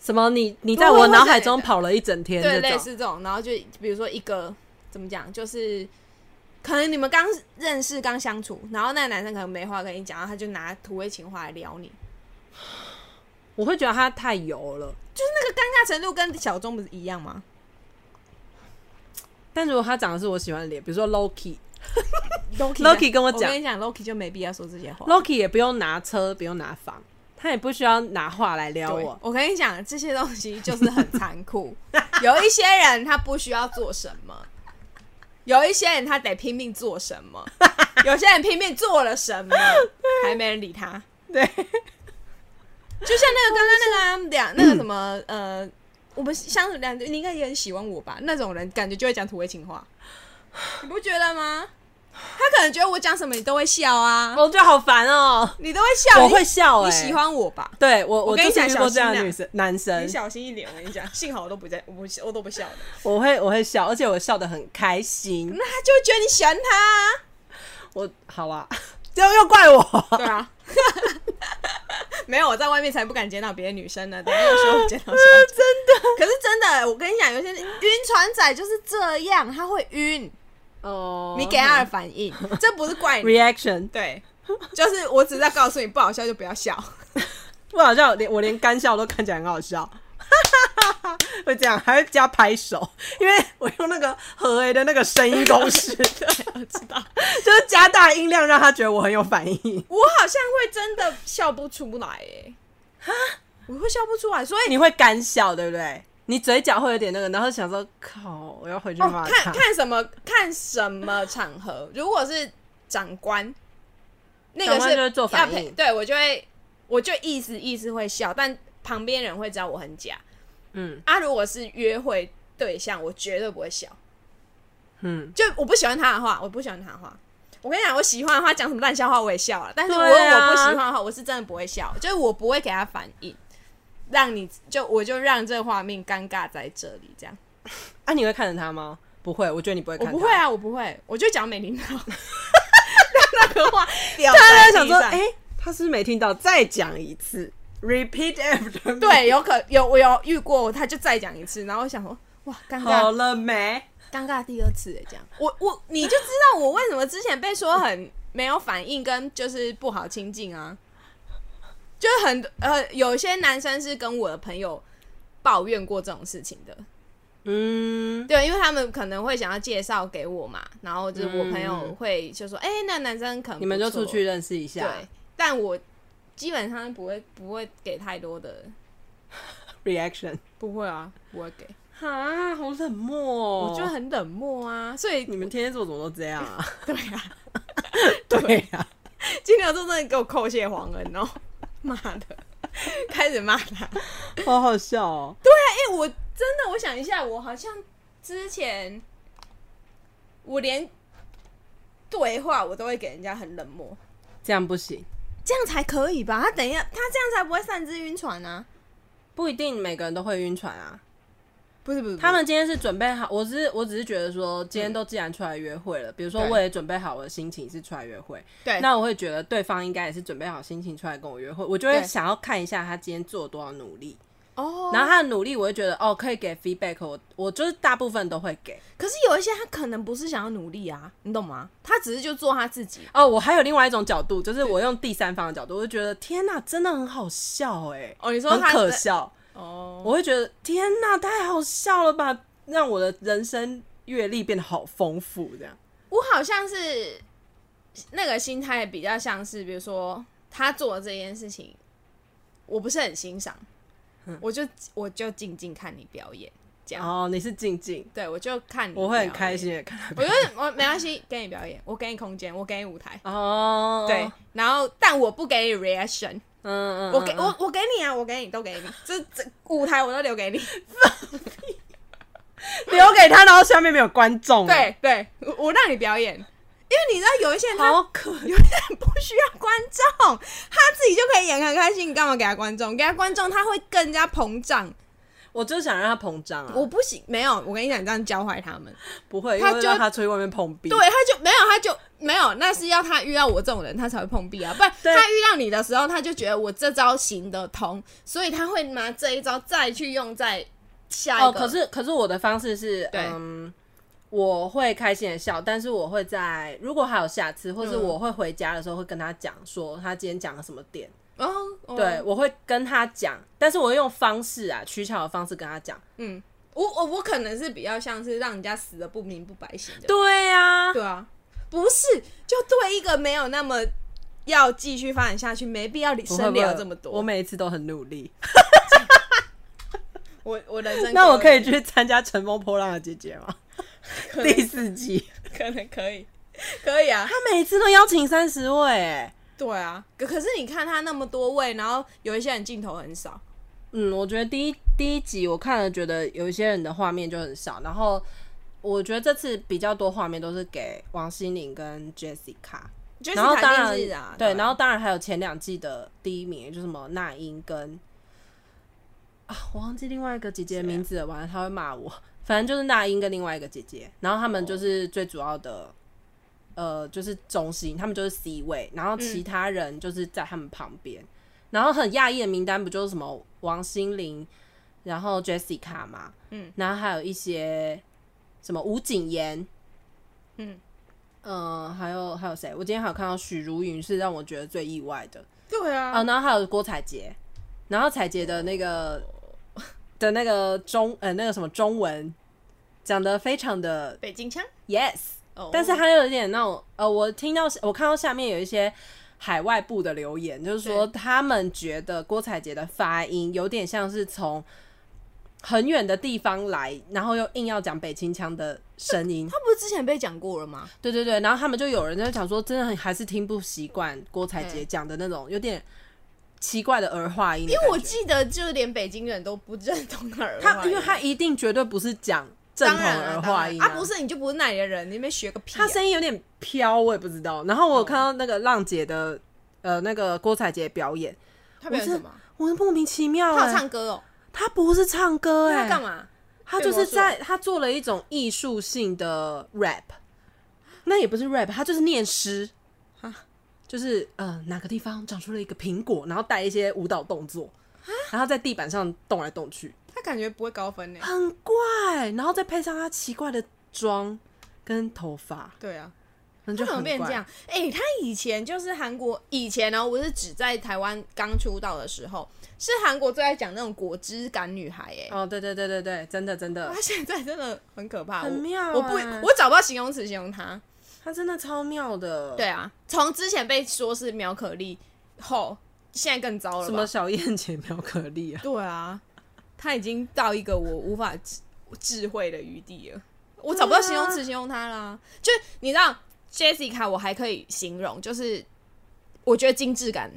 Speaker 1: 什么你你在我脑海中跑了一整天
Speaker 2: 对，
Speaker 1: 这
Speaker 2: 类
Speaker 1: 种，
Speaker 2: 似这种，然后就比如说一个怎么讲，就是可能你们刚认识、刚相处，然后那个男生可能没话跟你讲，然后他就拿土味情话来撩你，
Speaker 1: 我会觉得他太油了。
Speaker 2: 就是那个尴尬程度跟小钟不是一样吗？
Speaker 1: 但如果他长的是我喜欢的脸，比如说 Loki，Loki
Speaker 2: Loki
Speaker 1: Loki 跟我
Speaker 2: 我
Speaker 1: 讲
Speaker 2: 跟你讲，Loki 就没必要说这些话。
Speaker 1: 也不用拿车，不用拿房，他也不需要拿话来撩
Speaker 2: 对
Speaker 1: 我。
Speaker 2: 我跟你讲，这些东西就是很残酷。 有一些人他不需要做什么，有一些人他得拼命做什 么，有些人拼命做了什么，还没人理他。
Speaker 1: 对，
Speaker 2: 就像那个刚刚那个啊两那个什么呃，我们相处两，你应该也很喜欢我吧？那种人感觉就会讲土味情话，你不觉得吗？他可能觉得我讲什么你都会笑啊，
Speaker 1: 我觉得好烦哦，
Speaker 2: 你都会笑，
Speaker 1: 我
Speaker 2: 你
Speaker 1: 会笑哎、
Speaker 2: 你喜？欢我吧？
Speaker 1: 对我，
Speaker 2: 我
Speaker 1: 我
Speaker 2: 跟你
Speaker 1: 就是
Speaker 2: 讲
Speaker 1: 遇过
Speaker 2: 小
Speaker 1: 这样
Speaker 2: 心
Speaker 1: 的
Speaker 2: 啊
Speaker 1: 女生男生
Speaker 2: 你，小心一点，我跟你 讲，幸好我都不在，我不我都不笑的。
Speaker 1: 我会我会笑，而且我笑得很开心。
Speaker 2: 那他就会觉得你喜欢他、
Speaker 1: 我 好啦，又又怪我，
Speaker 2: 对 啊。没有，我在外面才不敢见到别的女生呢。等一下又说我见到 真的，可是真的，我跟你讲，有些晕船仔就是这样，他会晕，
Speaker 1: 哦
Speaker 2: 你给他的反应，这不是怪你，
Speaker 1: reaction
Speaker 2: 对，就是我只是在告诉你不好笑就不要笑。
Speaker 1: 不好笑，连我连干笑都看起来很好笑， 会这样，还会加拍手，因为我用那个和 A 的那个声音公 式，
Speaker 2: 我知道，
Speaker 1: 就是加大音量，让他觉得我很有反应。哎
Speaker 2: 我好像会真的笑不出来哎，哈，我会笑不出来，所以
Speaker 1: 你会干笑，对不对？你嘴角会有点那个，然后想说，靠，我要回去骂
Speaker 2: 哦，
Speaker 1: 他。
Speaker 2: 看看什么看什么场合， 如果是长官，那个
Speaker 1: 长官
Speaker 2: 是
Speaker 1: 就会做反
Speaker 2: 要陪
Speaker 1: 应
Speaker 2: 对我就会我就意思意思会笑，但旁边人会知道我很假
Speaker 1: 嗯
Speaker 2: 啊。如果是约会对象，我绝对不会笑，
Speaker 1: 嗯，
Speaker 2: 就我不喜欢他的话，我不喜欢他的话。我跟你讲，我喜欢的话讲什么烂笑话我也笑了，但是我、
Speaker 1: 对啊
Speaker 2: 我不喜欢的话，我是真的不会笑，就是我不会给他反应，让你就我就让这画面尴尬在这里这样。
Speaker 1: 啊，你会看着他吗？不会，我觉得你不会
Speaker 2: 我
Speaker 1: 看。
Speaker 2: 不会，啊，我不会，我就讲没听到那个话。
Speaker 3: 掉
Speaker 1: 大家在想
Speaker 3: 地
Speaker 1: 说，
Speaker 3: 上
Speaker 1: 哎、他是不是没听到，再讲一次，repeat after me。
Speaker 2: 对，有可有我有遇过，他就再讲一次，然后我想说，哇，尴
Speaker 3: 好
Speaker 2: 尬，
Speaker 3: 了没？
Speaker 2: 尴尬第二次哎，这样，我我你就知道我为什么之前被说很没有反应跟就是不好亲近啊，就是很呃，有些男生是跟我的朋友抱怨过这种事情的，
Speaker 1: 嗯，
Speaker 2: 对，因为他们可能会想要介绍给我嘛，然后就是我朋友
Speaker 1: 嗯
Speaker 2: 会就说，哎、那男生可能
Speaker 1: 你们
Speaker 2: 不
Speaker 1: 就
Speaker 2: 错
Speaker 1: 出去认识一下
Speaker 2: 对，但我基本上不会不会给太多的，
Speaker 1: ，reaction。
Speaker 2: 不会啊，不会给，
Speaker 1: 哈，好冷漠、哦，
Speaker 2: 我就很冷漠啊，所以
Speaker 1: 你们天蝎座怎么都这样啊？
Speaker 2: 对啊，
Speaker 1: 对啊呀、
Speaker 2: 金牛座真的给我叩谢皇恩哦， 妈的，开始骂他。
Speaker 1: 好好笑哦。
Speaker 2: 哎、我真的，我想一下，我好像之前我连对话我都会给人家很冷漠，
Speaker 1: 这样不行，
Speaker 2: 这样才可以吧？他等一下，他这样才不会擅自晕船啊！
Speaker 1: 不一定每个人都会晕船啊。
Speaker 2: 不是不是，
Speaker 1: 他们今天是准备好，我只是我只是觉得说，今天都既然出来约会了，比如说
Speaker 2: 对
Speaker 1: 我也准备好我的心情是出来约会，
Speaker 2: 对
Speaker 1: 那我会觉得对方应该也是准备好心情出来跟我约会，我就会
Speaker 2: 对
Speaker 1: 想要看一下他今天做了多少努力，
Speaker 2: 哦，
Speaker 1: 然后他的努力，我会觉得哦可以给 feedback，我我就是大部分都会给。
Speaker 2: 可是有一些他可能不是想要努力啊，你懂吗？他只是就做他自己。
Speaker 1: 哦，我还有另外一种角度，就是我用第三方的角度，我就觉得天哪，真的很好笑哎、
Speaker 2: 哦，你
Speaker 1: 很可笑，
Speaker 2: 哦，
Speaker 1: 我会觉得天哪，太好笑了吧，让我的人生阅历变得好丰富，这样。
Speaker 2: 我好像是那个心态比较像是，比如说他做的这件事情，我不是很欣赏，我就我就静静看你表演，这样，
Speaker 1: 哦，你是静静，
Speaker 2: 对我就看你，
Speaker 1: 我会很开。心的看他
Speaker 2: 我觉得我没关系，给你表演， 我给你空间，我给你舞台，
Speaker 1: 哦，
Speaker 2: 对，然后但我不给你 reaction，
Speaker 1: 嗯，嗯嗯，
Speaker 2: 我给我我给你啊，我给你都给你，这这舞台我都留给你。
Speaker 1: 留给他，然后下面没有观众，，啊
Speaker 2: 对对，我我让你表演，因为你知道有一些人他
Speaker 1: 好可
Speaker 2: 有些人不需要观众，他自己就可以演得很开心，你干嘛给他观众？给他观众他会更加膨胀。
Speaker 1: 我就想让他膨胀啊，
Speaker 2: 我不行，没有，我跟你讲，你这样教坏他们，
Speaker 1: 不会，
Speaker 2: 他
Speaker 1: 因为
Speaker 2: 就
Speaker 1: 让他出去外面碰壁，
Speaker 2: 对，，他就没有，他就没有，那是要他遇到我这种人，他才会碰壁啊，不然
Speaker 1: 对
Speaker 2: 他遇到你的时候，他就觉得我这招行得通，所以他会拿这一招再去用在下一个。
Speaker 1: 哦，可是可是我的方式是，
Speaker 2: 对
Speaker 1: 嗯，我会开心的笑，但是我会在如果还有下次，或是
Speaker 2: 嗯
Speaker 1: 我会回家的时候会跟他讲说他今天讲了什么点，
Speaker 2: 哦，哦
Speaker 1: 对，我会跟他讲，但是我会用方式啊取巧的方式跟他讲，
Speaker 2: 嗯，我我我可能是比较像是让人家死的不明不白型的。
Speaker 1: 对呀，
Speaker 2: 对啊，不是，就对一个没有那么要继续发展下去，没必要理
Speaker 1: 我会
Speaker 2: 深
Speaker 1: 不会
Speaker 2: 聊这么多。
Speaker 1: 我每一次都很努力。
Speaker 2: 我我人生
Speaker 1: 那我可
Speaker 2: 以
Speaker 1: 以去参加《乘风破浪的姐姐》吗？第四季，
Speaker 2: 可能可以， 可以啊
Speaker 1: 他，每次都邀请三十位、哎，
Speaker 2: 对啊。可可是你看他那么多位，然后有一些人镜头很少，
Speaker 1: 嗯，我觉得第一第一集我看了，觉得有一些人的画面就很少，然后我觉得这次比较多画面都是给王心凌跟 Jessica，
Speaker 2: 就是
Speaker 1: 然后当
Speaker 2: 肯
Speaker 1: 然
Speaker 2: 定是啊，
Speaker 1: 对，
Speaker 2: 啊
Speaker 1: 然后当然还有前两季的第一名，也就是什么那英跟啊，我忘记另外一个姐姐的
Speaker 2: 啊
Speaker 1: 名字了，完了她会骂我。反正就是那英跟另外一个姐姐，然后他
Speaker 2: 哦
Speaker 1: 们就是最主要的，呃，就是中心，他们就是 C 位，然后
Speaker 2: 嗯
Speaker 1: 其他人就是在他们旁边。然后很讶异的名单不就是什么王心凌，然后 Jessica 嘛，
Speaker 2: 嗯，
Speaker 1: 然后还有一些什么吴谨言，
Speaker 2: 嗯，
Speaker 1: 嗯、还有还有谁？我今天还有看到许茹芸是让我觉得最意外的
Speaker 2: 对
Speaker 1: 啊、
Speaker 2: 啊，
Speaker 1: 然后还有郭采洁，然后采洁的那个的那个中呃那个什么中文讲的非常的
Speaker 2: 北京腔，
Speaker 1: yes，
Speaker 2: 哦
Speaker 1: 但是他有点那种呃，我听到我看到下面有一些海外部的留言，就是说他们觉得郭采洁的发音有点像是从很远的地方来，然后又硬要讲北京腔的声音
Speaker 2: 他。不是之前被讲过了吗？
Speaker 1: 对对对，然后他们就有人在讲说，真的很还是听不习惯郭采洁
Speaker 2: 嗯
Speaker 1: 讲的那种有点奇怪的儿化音的
Speaker 2: 因
Speaker 1: 感觉，
Speaker 2: 为我记得，就是连北京人都不认同他儿化
Speaker 1: 他
Speaker 2: 音，
Speaker 1: 因为他一定绝对不是讲正
Speaker 2: 当
Speaker 1: 统
Speaker 2: 然
Speaker 1: 儿
Speaker 2: 了
Speaker 1: 化音
Speaker 2: 当然啊，不是你就不是那里的人，你那边学个屁啊，
Speaker 1: 他声音有点飘，我也不知道。然
Speaker 2: 哦
Speaker 1: 后我有看到那个浪姐的，呃，那个郭采洁表演，
Speaker 2: 他表演
Speaker 1: 我是
Speaker 2: 什么？
Speaker 1: 我是莫名其妙、
Speaker 2: 他有
Speaker 1: 欸。
Speaker 2: 唱歌哦，
Speaker 1: 他不是唱歌
Speaker 2: 那
Speaker 1: 哎、
Speaker 2: 他干嘛？
Speaker 1: 他就是在他做了一种艺术性的 rap，那也不是 rap，他就是念诗就是呃哪个地方长出了一个苹果，然后带一些舞蹈动作，然后在地板上动来动去，
Speaker 2: 他感觉不会高分呢。
Speaker 1: 很怪，然后再配上他奇怪的妆跟头发，
Speaker 2: 对啊，
Speaker 1: 那就
Speaker 2: 他怎
Speaker 1: 很
Speaker 2: 么变
Speaker 1: 怪
Speaker 2: 这样？？哎、他以前就是韩国以前呢、我是指在台湾刚出道的时候，是韩国最爱讲那种果汁感女孩、哎、
Speaker 1: 哦，对对对对对，真的真的
Speaker 2: 她，现在真的很可怕，
Speaker 1: 很
Speaker 2: 我
Speaker 1: 妙
Speaker 2: 我不
Speaker 1: 哎
Speaker 2: 我找不到形容词形容她。
Speaker 1: 他真的超妙的。
Speaker 2: 对，啊，从之前被说是苗可丽后，现在更糟了
Speaker 1: 什
Speaker 2: 吧
Speaker 1: 么？小燕姐苗可丽啊，
Speaker 2: 对啊，他已经到一个我无法智智慧的余地了，
Speaker 1: 啊
Speaker 2: 我找不到形容词形容他啦。就你知道 Jessica，我还可以形容，就是我觉得精致感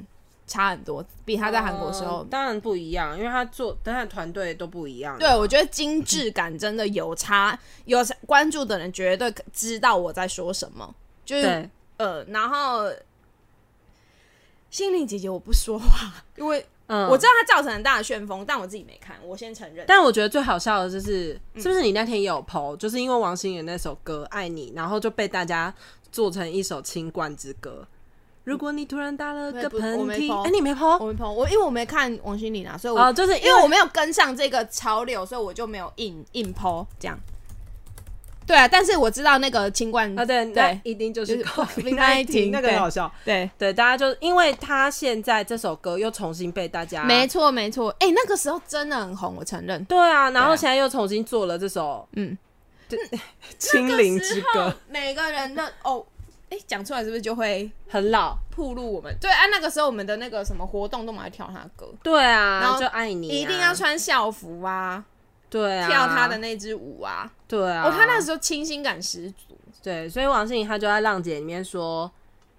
Speaker 2: 差很多，比他在韩国的时候。
Speaker 1: 嗯当然不一样，因为他做跟他的团队都不一样。
Speaker 2: 对，我觉得精致感真的有差，有关注的人绝对知道我在说什么。就是
Speaker 1: 对，
Speaker 2: 呃，然后心灵姐姐我不说话，因为
Speaker 1: 嗯，
Speaker 2: 我知道它造成很大的旋风，但我自己没看，我先承认。
Speaker 1: 但我觉得最好笑的就是，
Speaker 2: 嗯
Speaker 1: 是不是你那天也有 PO？、就是因为王心凌那首歌《爱你》，然后就被大家做成一首清冠之歌。如果你突然打了个
Speaker 2: 我也
Speaker 1: 喷
Speaker 2: 不我没
Speaker 1: 嚏，
Speaker 2: po
Speaker 1: 哎、你没 PO
Speaker 2: 我没碰，我因为我没看王心凌啊，所以我、
Speaker 1: 哦，就是因
Speaker 2: 因
Speaker 1: 为
Speaker 2: 为我
Speaker 1: 我
Speaker 2: 没有跟上这个潮流，所以我就没有硬硬抛这样。对啊，但是我知道那个清冠
Speaker 1: 啊，对那
Speaker 2: 对
Speaker 1: 一定就是
Speaker 2: 就是
Speaker 1: COVID-19 那个很好笑。
Speaker 2: 对，
Speaker 1: 对，大家就因为他现在这首歌又重新被大家
Speaker 2: 没错没错，哎、那个时候真的很红，我承认。
Speaker 1: 对啊，然后
Speaker 2: 对啊
Speaker 1: 现在又重新做了这首
Speaker 2: 嗯，
Speaker 1: 对 清灵之
Speaker 2: 那个
Speaker 1: 歌
Speaker 2: 时候，每个人的哦，哎、讲出来是不是就会
Speaker 1: 很老。
Speaker 2: 暴露我们？对啊，那个时候我们的那个什么活动都蛮爱跳他的歌，
Speaker 1: 对啊，
Speaker 2: 然后
Speaker 1: 就爱你啊、
Speaker 2: 一定要穿校服啊，
Speaker 1: 对啊，
Speaker 2: 跳他的那支舞啊。
Speaker 1: 对啊，
Speaker 2: 哦，他那时候清新感十足。
Speaker 1: 对，所以王心凌她就在《浪姐》里面说，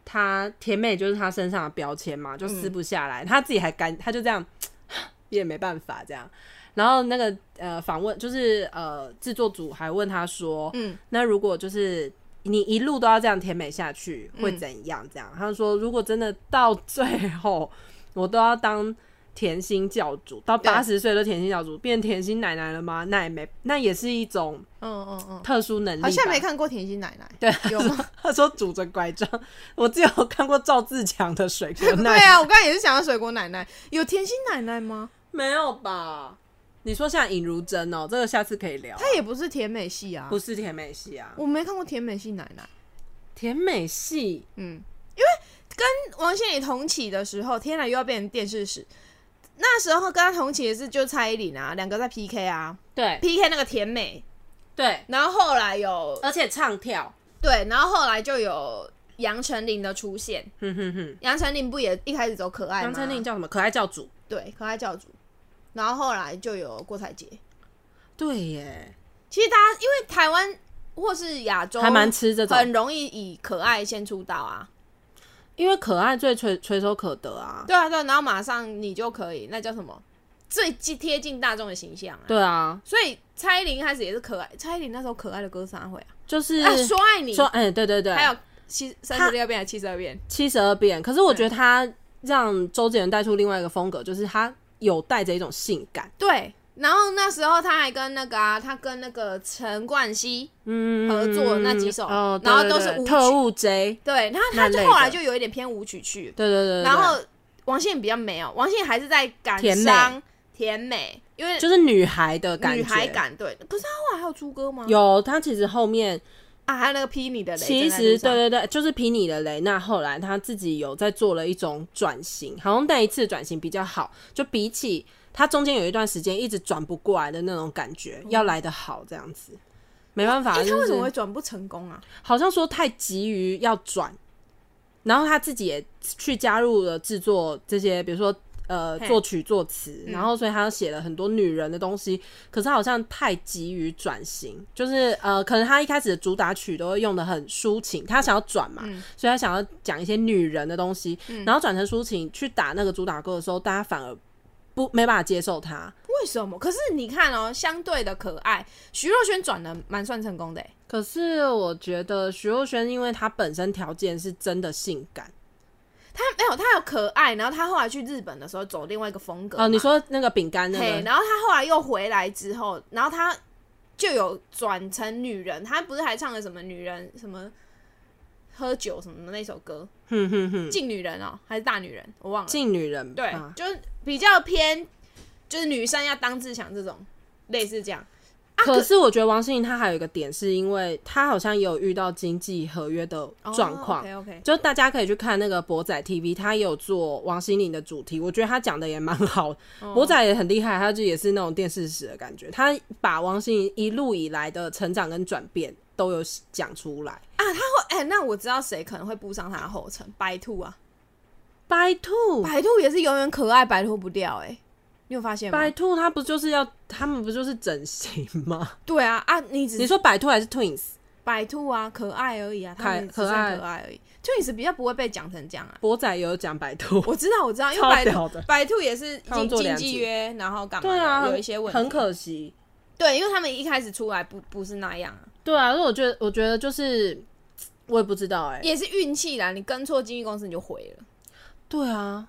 Speaker 1: 她甜美就是她身上的标签嘛，就
Speaker 2: 嗯
Speaker 1: 撕不下来。她自己还干，她就这样， 也没办法这样。然后那个呃，访问就是呃，制作组还问她说，
Speaker 2: 嗯，
Speaker 1: 那如果就是你一路都要这样甜美下去，会
Speaker 2: 嗯
Speaker 1: 怎样？这样，她说，如果真的到最后，我都要当。甜心教主到
Speaker 2: 对
Speaker 1: 八十岁都甜心教主，变甜心奶奶了吗？那也没，那也是一种
Speaker 2: 嗯嗯嗯，
Speaker 1: 特殊能力吧。
Speaker 2: 好像没看过甜心 奶奶，
Speaker 1: 对，
Speaker 2: 有吗？
Speaker 1: 他说拄着拐杖，我只有看过赵自强的水果
Speaker 2: 对
Speaker 1: 奶，
Speaker 2: 啊，我刚才也是想到水果奶奶，有甜心奶奶吗？
Speaker 1: 没有吧？你说像尹如珍哦，这个下次可以聊。
Speaker 2: 她也不是甜美系啊
Speaker 1: 不，是甜美系啊，
Speaker 2: 我没看过甜美系奶奶。
Speaker 1: 甜美系
Speaker 2: 嗯，因为跟王心凌同起的时候，天然又要变成电视史。那时候跟她同起的是就蔡依林啊，两个在 PK 啊
Speaker 1: 对
Speaker 2: ，PK 那个甜美，
Speaker 1: 对，
Speaker 2: 然后后来有
Speaker 1: 而且唱跳，
Speaker 2: 对，然后后来就有杨丞琳的出现，
Speaker 1: 哼哼哼，
Speaker 2: 杨丞琳不也一开始走可爱吗？
Speaker 1: 杨丞琳叫什么？可爱教主。
Speaker 2: 对可爱教主，然后后来就有郭采洁，
Speaker 1: 对耶，
Speaker 2: 其实大家因为台湾或是亚洲
Speaker 1: 还蛮吃这种，
Speaker 2: 很容易以可爱先出道啊，
Speaker 1: 因为可爱最垂垂手可得啊。
Speaker 2: 对啊对啊，然后马上你就可以，那叫什么最近贴近大众的形象啊。
Speaker 1: 对啊，
Speaker 2: 所以蔡依林一开始也是可爱，蔡依林那时候可爱的歌是哪会啊？
Speaker 1: 就是
Speaker 2: 啊，说爱你，
Speaker 1: 说，哎，对对对，
Speaker 2: 还有七三十六变还是七十二变？
Speaker 1: 七十二变。可是我觉得他让周杰伦带出另外一个风格，就是他有带着一种性感，
Speaker 2: 对。然后那时候他还跟那个啊，他跟那个陈冠希，
Speaker 1: 嗯
Speaker 2: 合作那几首
Speaker 1: 哦、
Speaker 2: 然后
Speaker 1: 对对
Speaker 2: 都是
Speaker 1: 对
Speaker 2: 舞曲
Speaker 1: 特务 J，
Speaker 2: 对，然后
Speaker 1: 那
Speaker 2: 他
Speaker 1: 类的
Speaker 2: 就后来就有一点偏舞曲去，
Speaker 1: 对对对对对
Speaker 2: 然后王心凌比较没有，王心凌还是在感
Speaker 1: 甜美
Speaker 2: 伤甜美，因为
Speaker 1: 就是女孩的感觉，
Speaker 2: 女孩感对。可是她后来还有出歌吗？
Speaker 1: 有她其实后面
Speaker 2: 啊，还有那个劈你的雷。
Speaker 1: 其实
Speaker 2: 正在
Speaker 1: 对对
Speaker 2: 路上
Speaker 1: 对，就是皮尼的雷娜后来她自己有在做了一种转型，好像那一次转型比较好，就比起她中间有一段时间一直转不过来的那种感觉，要来的好这样子。没办法，
Speaker 2: 哎、
Speaker 1: 就
Speaker 2: 他为什么会
Speaker 1: 是
Speaker 2: 转不成功啊？
Speaker 1: 好像说太急于要转，然后她自己也去加入了制作这些，比如说呃
Speaker 2: 嘿
Speaker 1: 作曲作词，
Speaker 2: 嗯
Speaker 1: 然后所以他写了很多女人的东西，可是好像太急于转型，就是呃，可能他一开始的主打曲都会用的很抒情，他想要转嘛，
Speaker 2: 嗯
Speaker 1: 所以他想要讲一些女人的东西，然后转成抒情去打那个主打歌的时候，大家反而不没办法接受他。
Speaker 2: 为什么？可是你看哦，相对的可爱，徐若瑄转的蛮算成功的、欸，
Speaker 1: 可是我觉得徐若瑄，因为她本身条件是真的性感
Speaker 2: 她没有，她有可爱，然后她后来去日本的时候走另外一个风格
Speaker 1: 哦、
Speaker 2: 嘛
Speaker 1: 你说那个饼干那
Speaker 2: 嘿，
Speaker 1: 个，
Speaker 2: 然后她后来又回来之后，然后她就有转成女人，她不是还唱了什么女人什么喝酒什么的那首歌，
Speaker 1: 哼哼哼，
Speaker 2: 近女人哦、还是大女人，我忘了。
Speaker 1: 近女人
Speaker 2: 对啊
Speaker 1: 吧，
Speaker 2: 就是比较偏，就是女生要当自强这种，类似这样。啊
Speaker 1: 可是我觉得王心凌她还有一个点，是因为她好像也有遇到经济合约的
Speaker 2: 哦
Speaker 1: 状况。
Speaker 2: OK OK，
Speaker 1: 就大家可以去看那个博仔 TV，他也有做王心凌的主题，我觉得他讲的也蛮好。
Speaker 2: 哦
Speaker 1: 博仔也很厉害，他就也是那种电视史的感觉，他把王心凌一路以来的成长跟转变都有讲出来。
Speaker 2: 哎、那我知道谁可能会步上她的后尘，白兔啊，
Speaker 1: 白兔，
Speaker 2: 白兔也是永远可爱，摆脱不掉、哎，你有发现吗
Speaker 1: 白？兔，他不就是要他们不就是整形吗？
Speaker 2: 对啊啊，你只
Speaker 1: 你
Speaker 2: 是
Speaker 1: 说白兔还是 Twins？
Speaker 2: 白兔啊，可爱而已啊，他们只
Speaker 1: 可
Speaker 2: 是
Speaker 1: 可爱
Speaker 2: 可爱而已。Twins 比较不会被讲成这样啊，
Speaker 1: 博仔也有讲白兔，
Speaker 2: 我知道我知道，因为
Speaker 1: 超
Speaker 2: 白兔
Speaker 1: 屌的。
Speaker 2: 白兔也是
Speaker 1: 他们
Speaker 2: 经
Speaker 1: 做
Speaker 2: 经
Speaker 1: 两
Speaker 2: 济
Speaker 1: 集
Speaker 2: 约，然后干嘛的？
Speaker 1: 对啊，
Speaker 2: 有
Speaker 1: 很
Speaker 2: 一些问题
Speaker 1: 很可惜。
Speaker 2: 对，因为他们一开始出来不不是那样啊，
Speaker 1: 对啊，所以我觉得，我觉得就是我也不知道哎、
Speaker 2: 也是运气啦。你跟错经纪公司你就毁了。
Speaker 1: 对啊，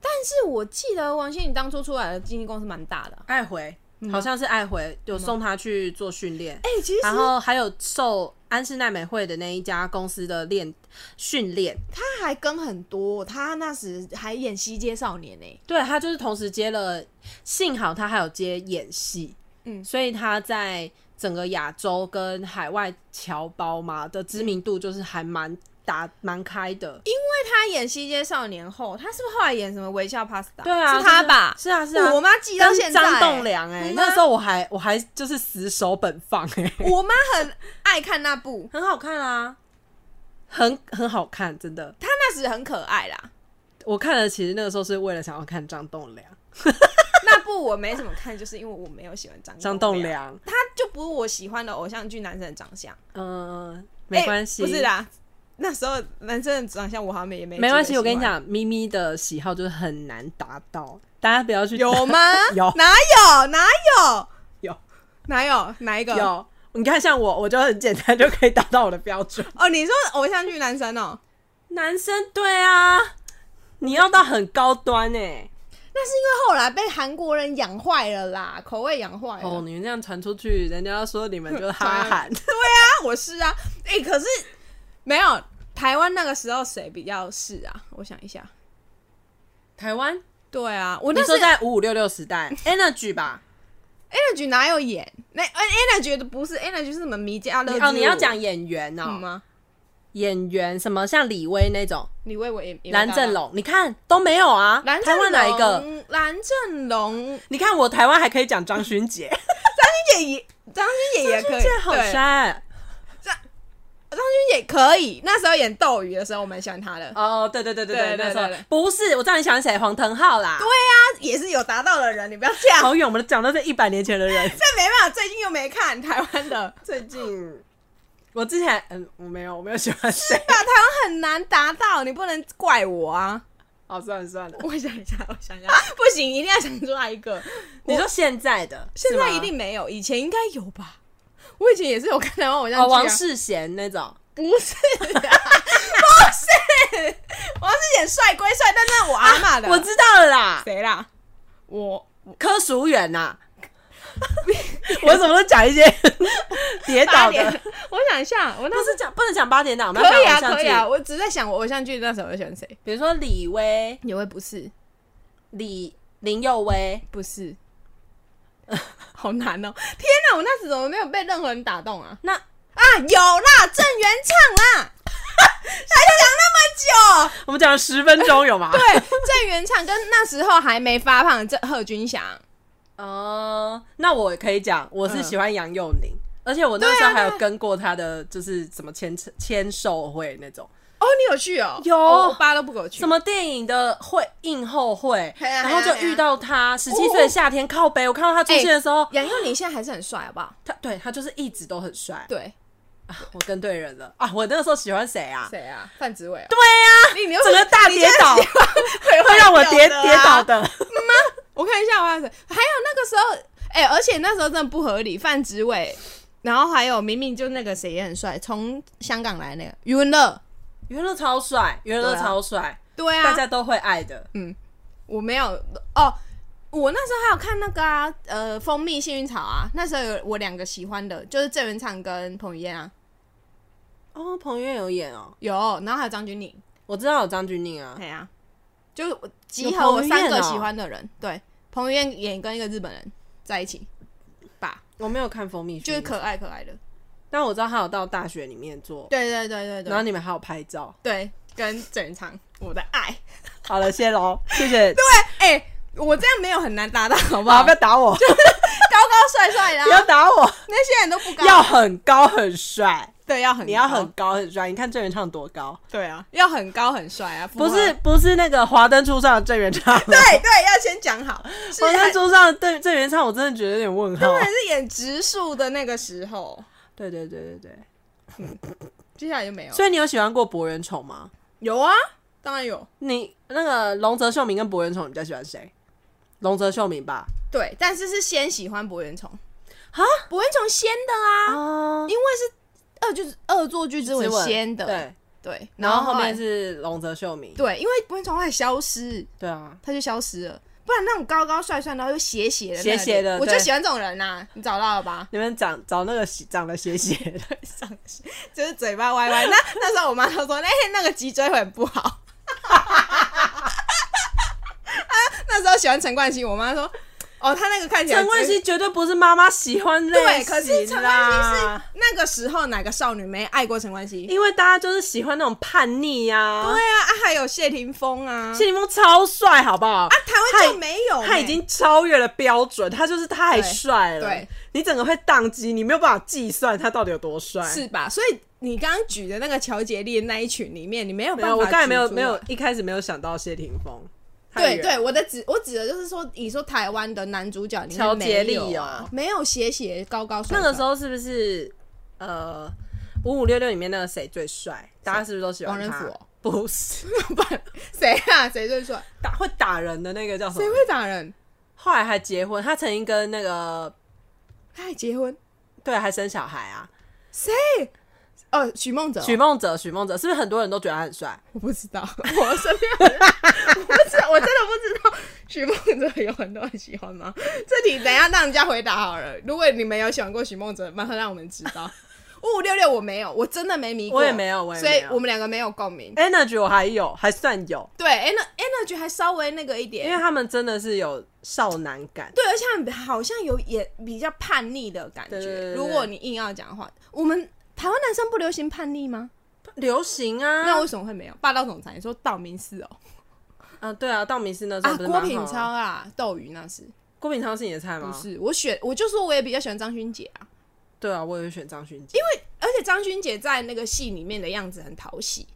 Speaker 2: 但是我记得王心凌当初出来的经纪公司蛮大的啊、
Speaker 1: 爱回好像是爱回有送他去做训练，
Speaker 2: 哎、其实
Speaker 1: 然后还有受安室奈美惠的那一家公司的练训练。
Speaker 2: 他还跟很多，他那时还演《西街少年》呢、
Speaker 1: 对他就是同时接了，幸好他还有接演戏，
Speaker 2: 嗯
Speaker 1: 所以他在整个亚洲跟海外侨胞嘛的知名度就是还蛮打蛮开的。
Speaker 2: 他演《西街少年》后，他是不是后来演什么《微笑 Pasta》？
Speaker 1: 对啊，
Speaker 2: 是他
Speaker 1: 就是
Speaker 2: 吧？哦
Speaker 1: 是啊是啊，
Speaker 2: 我妈记到现
Speaker 1: 跟
Speaker 2: 在、
Speaker 1: 张栋梁哎、
Speaker 2: 嗯啊
Speaker 1: 那时候我还我还就是死守本放哎、
Speaker 2: 我妈很爱看那部，
Speaker 1: 很好看啊，很很好看，真的。
Speaker 2: 她那时很可爱啦。
Speaker 1: 我看了，其实那个时候是为了想要看张栋梁，
Speaker 2: 那部我没怎么看，就是因为我没有喜欢张
Speaker 1: 张栋
Speaker 2: 栋梁，
Speaker 1: 梁，
Speaker 2: 他就不是我喜欢的偶像剧男生的长相。
Speaker 1: 嗯、没关系、
Speaker 2: 欸不是，啦。那时候男生的长相我好像也没
Speaker 1: 没关系。
Speaker 2: 几个
Speaker 1: 我跟你
Speaker 2: 喜欢，
Speaker 1: 讲，咪咪的喜好就是很难达到，大家不要 去？
Speaker 2: 有吗
Speaker 1: 有
Speaker 2: 哪有哪有
Speaker 1: 有
Speaker 2: 哪有哪一个？
Speaker 1: 有。你看，像我，我就很简单就可以达到我的标准。
Speaker 2: 哦，你说偶像剧男生哦，
Speaker 1: 男生对啊，你要到很高端哎、
Speaker 2: 那是因为后来被韩国人养坏了啦，口味养坏了。
Speaker 1: 哦，你们这样传出去，人家说你们就是 哈韩。
Speaker 2: 啊，我是啊，哎、可是没有台湾那个时候谁比较是啊？我想一下，
Speaker 1: 台湾，
Speaker 2: 对啊，我
Speaker 1: 你
Speaker 2: 那时
Speaker 1: 说
Speaker 2: 候
Speaker 1: 在五五六六时 代，Energy 吧？
Speaker 2: Energy 哪有演？那呃 Energy 的不是 Energy 是什么迷啊家乐之
Speaker 1: 哦，你要
Speaker 2: 舞
Speaker 1: 讲演员
Speaker 2: 嗯
Speaker 1: 哦，
Speaker 2: 吗？
Speaker 1: 演员什么像李威那种，
Speaker 2: 李薇薇也
Speaker 1: 蓝正，龙，你看都没有啊？
Speaker 2: 蓝
Speaker 1: 台湾哪一个？？
Speaker 2: 蓝正龙
Speaker 1: 你看我台湾还可以讲张勋 杰，
Speaker 2: 也也张钧甯也可以，
Speaker 1: 这好
Speaker 2: 对
Speaker 1: 帅
Speaker 2: 也可以。那时候演斗鱼的时候，我蛮喜欢他的。
Speaker 1: 哦！对对对
Speaker 2: 对
Speaker 1: 对，那
Speaker 2: 对
Speaker 1: 时候
Speaker 2: 对对啊
Speaker 1: 不是，我知道你想谁，黄腾浩啦。对，
Speaker 2: 他也是有达到的人，你不要这样。。
Speaker 1: 好远，我们讲到这一百年前的人
Speaker 2: 这没办法，最近又没看台湾的，
Speaker 1: 最近我之前嗯，我没有，我没有喜欢 谁。
Speaker 2: 对啊，台湾很难达到，你不能怪我啊。
Speaker 1: 好，算了算了，
Speaker 2: 我想一下，我想一下， 不行，一定要想出来一个。
Speaker 1: 你说现在的，
Speaker 2: 现在
Speaker 1: 是吗
Speaker 2: 一定没有，以前应该有吧？我以前也是有看台湾偶像剧、啊
Speaker 1: 哦，王世贤那种。
Speaker 2: 不是、啊，不是，王世贤帅归帅，但那我阿妈的、
Speaker 1: 我知道了啦，
Speaker 2: 谁啦？我
Speaker 1: 柯淑远呐、 我怎么都讲一 些跌
Speaker 2: 八
Speaker 1: 倒
Speaker 2: 点
Speaker 1: 的，，
Speaker 2: 我想一下，我
Speaker 1: 不
Speaker 2: 那时
Speaker 1: 是讲不能讲八点档，我们要
Speaker 2: 可以
Speaker 1: 讲
Speaker 2: 啊，
Speaker 1: 偶像
Speaker 2: 可以
Speaker 1: 剧
Speaker 2: 啊，。我只是在想我偶像剧那时候会选谁？
Speaker 1: 比如说李薇、
Speaker 2: 也会不是，
Speaker 1: 李林佑威，
Speaker 2: 不是。 好难哦！天哪，我那时怎么没有被任何人打动啊？
Speaker 1: 那
Speaker 2: 啊，有啦，郑元畅啦，还讲那么久，
Speaker 1: 我们讲了十分钟 有吗？ 对，
Speaker 2: 对，郑元畅跟那时候还没发胖的郑贺军翔，
Speaker 1: 哦、那我也可以讲，我是
Speaker 2: 嗯
Speaker 1: 喜欢杨佑宁。而且我那时
Speaker 2: 对
Speaker 1: 候
Speaker 2: 啊
Speaker 1: 还有
Speaker 2: 对
Speaker 1: 跟过他的，就是什么签签售会那种，
Speaker 2: 哦，你有去哦？
Speaker 1: 有
Speaker 2: 哦我爸都不给我去
Speaker 1: 什。么电影的会映后会，
Speaker 2: 嘿啊
Speaker 1: 然后就
Speaker 2: 嘿啊嘿啊
Speaker 1: 遇到他十七岁的夏天靠背，我看到他出现的时候，
Speaker 2: 杨佑宁现在还是很帅，好不好？
Speaker 1: 他对他就是一直都很帅，
Speaker 2: 对，
Speaker 1: 啊， 我跟对人了啊！我那个时候喜欢谁啊？
Speaker 2: 谁啊？范植伟、啊。
Speaker 1: 对 呀、
Speaker 2: 你你
Speaker 1: 整个大跌倒，
Speaker 2: 会
Speaker 1: 会让我跌跌倒。
Speaker 2: 的啊
Speaker 1: 的。
Speaker 2: 我看一下，我还有谁还有那个时候，哎、而且那时候真的不合理，范植伟，然后还有明明就那个谁也很帅，从香港来那个余文乐。
Speaker 1: 娱乐超帅，娱乐超帅，
Speaker 2: 对啊，
Speaker 1: 嗯大家都会爱的。
Speaker 2: 我没有哦。我那时候还有看那个啊，呃，蜂蜜幸运草啊，那时候有我两个喜欢的，就是郑元畅跟彭于晏啊，
Speaker 1: 哦，彭于晏有演哦，
Speaker 2: 有，然后还有张钧甯，
Speaker 1: 我知道有张钧甯啊，
Speaker 2: 对啊，就是我集合我
Speaker 1: 彭于
Speaker 2: 三
Speaker 1: 晏
Speaker 2: 个
Speaker 1: 哦
Speaker 2: 喜欢的人，对，彭于晏演跟一个日本人在一起吧，
Speaker 1: 我没有看《蜂蜜》，
Speaker 2: 就是，可爱可爱的，
Speaker 1: 但我知道他有到大学里面做，
Speaker 2: 对对对对
Speaker 1: 然后
Speaker 2: 对，
Speaker 1: 你们还有拍照。
Speaker 2: 对，跟郑元畅，我的爱，
Speaker 1: 好了，谢喽，谢谢。对，啊
Speaker 2: 哎、我这样没有很难达到，好不
Speaker 1: 好，
Speaker 2: 好？
Speaker 1: 不要打我，
Speaker 2: 高高帅帅的
Speaker 1: 不
Speaker 2: 啊、
Speaker 1: 要打我，
Speaker 2: 那些人都不高，
Speaker 1: 要很高很帅，
Speaker 2: 对要很
Speaker 1: 你要
Speaker 2: 高
Speaker 1: 很高很帅。你看郑元畅多高？
Speaker 2: 对啊，要很高很帅啊，符合
Speaker 1: 不是不是那个《华灯初上》的郑元 畅，
Speaker 2: 对
Speaker 1: 《
Speaker 2: 对，要先讲好，是哎
Speaker 1: 华
Speaker 2: 他
Speaker 1: 灯初上》的郑郑元畅，我真的觉得有点问号
Speaker 2: 当。然是演植树的那个时候，
Speaker 1: 对对对对对，
Speaker 2: 接下来就没有了。
Speaker 1: 所以你有喜欢过博人宠吗？
Speaker 2: 有啊，当然有。
Speaker 1: 你那个龙泽秀明跟博人宠，你比较喜欢谁？龙泽秀明吧。
Speaker 2: 对，但是是先喜欢博元虫啊，博元虫先的啊，
Speaker 1: 哦，
Speaker 2: 因为是
Speaker 1: 呃
Speaker 2: 恶就是恶作剧之吻先的，
Speaker 1: 对，
Speaker 2: 对，
Speaker 1: 然后后
Speaker 2: 来
Speaker 1: 面是龙泽秀明。
Speaker 2: 对，因为博元虫后来消失，
Speaker 1: 对啊，
Speaker 2: 他就消失了。不然那种高高帅帅，然后又斜斜的那个
Speaker 1: 斜斜的
Speaker 2: 脸我就
Speaker 1: 对
Speaker 2: 喜欢这种人呐、你找到 了吧？
Speaker 1: 你们长找那个斜长得斜斜的，
Speaker 2: 就是嘴巴歪歪。那 那时候我妈就说：“哎、那个脊椎很不好。” 啊，那时候喜欢陈冠希，我妈说：“哦，他那个看起 来
Speaker 1: 陈冠希绝对不是妈妈喜欢类
Speaker 2: 对，
Speaker 1: 型
Speaker 2: 可是陈冠希是
Speaker 1: 啦
Speaker 2: 那个时候哪个少女没爱过陈冠希？
Speaker 1: 因为大家就是喜欢那种叛逆呀、
Speaker 2: 对
Speaker 1: 啊。
Speaker 2: 啊，啊还有谢霆锋啊，
Speaker 1: 谢霆锋超帅，好不好？
Speaker 2: 啊台湾就没有、
Speaker 1: 他已。经超越了标准，他就是太帅了。
Speaker 2: 对对
Speaker 1: 你整个会宕机，你没有办法计算他到底有多帅。
Speaker 2: 是吧？所以你刚刚举的那个乔杰利的那一群里面，你没有
Speaker 1: 没
Speaker 2: 办法
Speaker 1: 有，我刚才
Speaker 2: 举
Speaker 1: 没有
Speaker 2: 出
Speaker 1: 没有
Speaker 2: 来
Speaker 1: 一开始没有想到谢霆锋。太
Speaker 2: 对
Speaker 1: 远
Speaker 2: 对，我的指我指的就是说，你说台湾的男主角里面
Speaker 1: 乔杰利
Speaker 2: 没有啊
Speaker 1: 哦，
Speaker 2: 没有斜斜高高帅帅，
Speaker 1: 那个时候是不是呃五五六六里面那个谁最帅？大家是不是都喜欢
Speaker 2: 王仁
Speaker 1: 他
Speaker 2: 甫哦？
Speaker 1: 不是
Speaker 2: 不然谁啊？谁最帅？
Speaker 1: 打会打人的那个叫什么
Speaker 2: 谁会？打人？
Speaker 1: 后来还结婚，他曾经跟那个
Speaker 2: 他还结婚？
Speaker 1: 对还生小孩啊。
Speaker 2: 谁？哦，许梦哲哦、
Speaker 1: 许梦哲，许梦哲是不是很多人都觉得他很帅？
Speaker 2: 我不知道，我身边好像我不知道，我真的不知道许梦哲有很多人喜欢吗？这题等一下让人家回答好了。如果你们有喜欢过许梦哲，麻烦让我们知道。五五六六我没有，我真的没迷过，
Speaker 1: 我也没有我也
Speaker 2: 所
Speaker 1: 没
Speaker 2: 以
Speaker 1: 有
Speaker 2: 我们两个没有共鸣。
Speaker 1: Energy 我还有，还算有，
Speaker 2: 对，ener energy 还稍微那个一
Speaker 1: 因
Speaker 2: 点
Speaker 1: 为，他们真的是有少男感。
Speaker 2: 对，而且他们好像有也比较叛逆的感觉。
Speaker 1: 对对对对
Speaker 2: 如果你硬要讲的话，我们台湾男生不流行叛逆吗？
Speaker 1: 流行啊，
Speaker 2: 那为什么会没有霸道总裁？你说道明寺哦，
Speaker 1: 啊对啊，道明寺那时
Speaker 2: 啊，
Speaker 1: 候不是
Speaker 2: 郭
Speaker 1: 蛮好的
Speaker 2: 品超，啊，斗鱼那是
Speaker 1: 郭品超是你的菜吗？
Speaker 2: 不，是？我选我就说我也比较喜欢张勋姐啊，
Speaker 1: 对啊，我也会选张勋杰，因为
Speaker 2: 而且张勋姐在那个戏里面的样子很讨喜，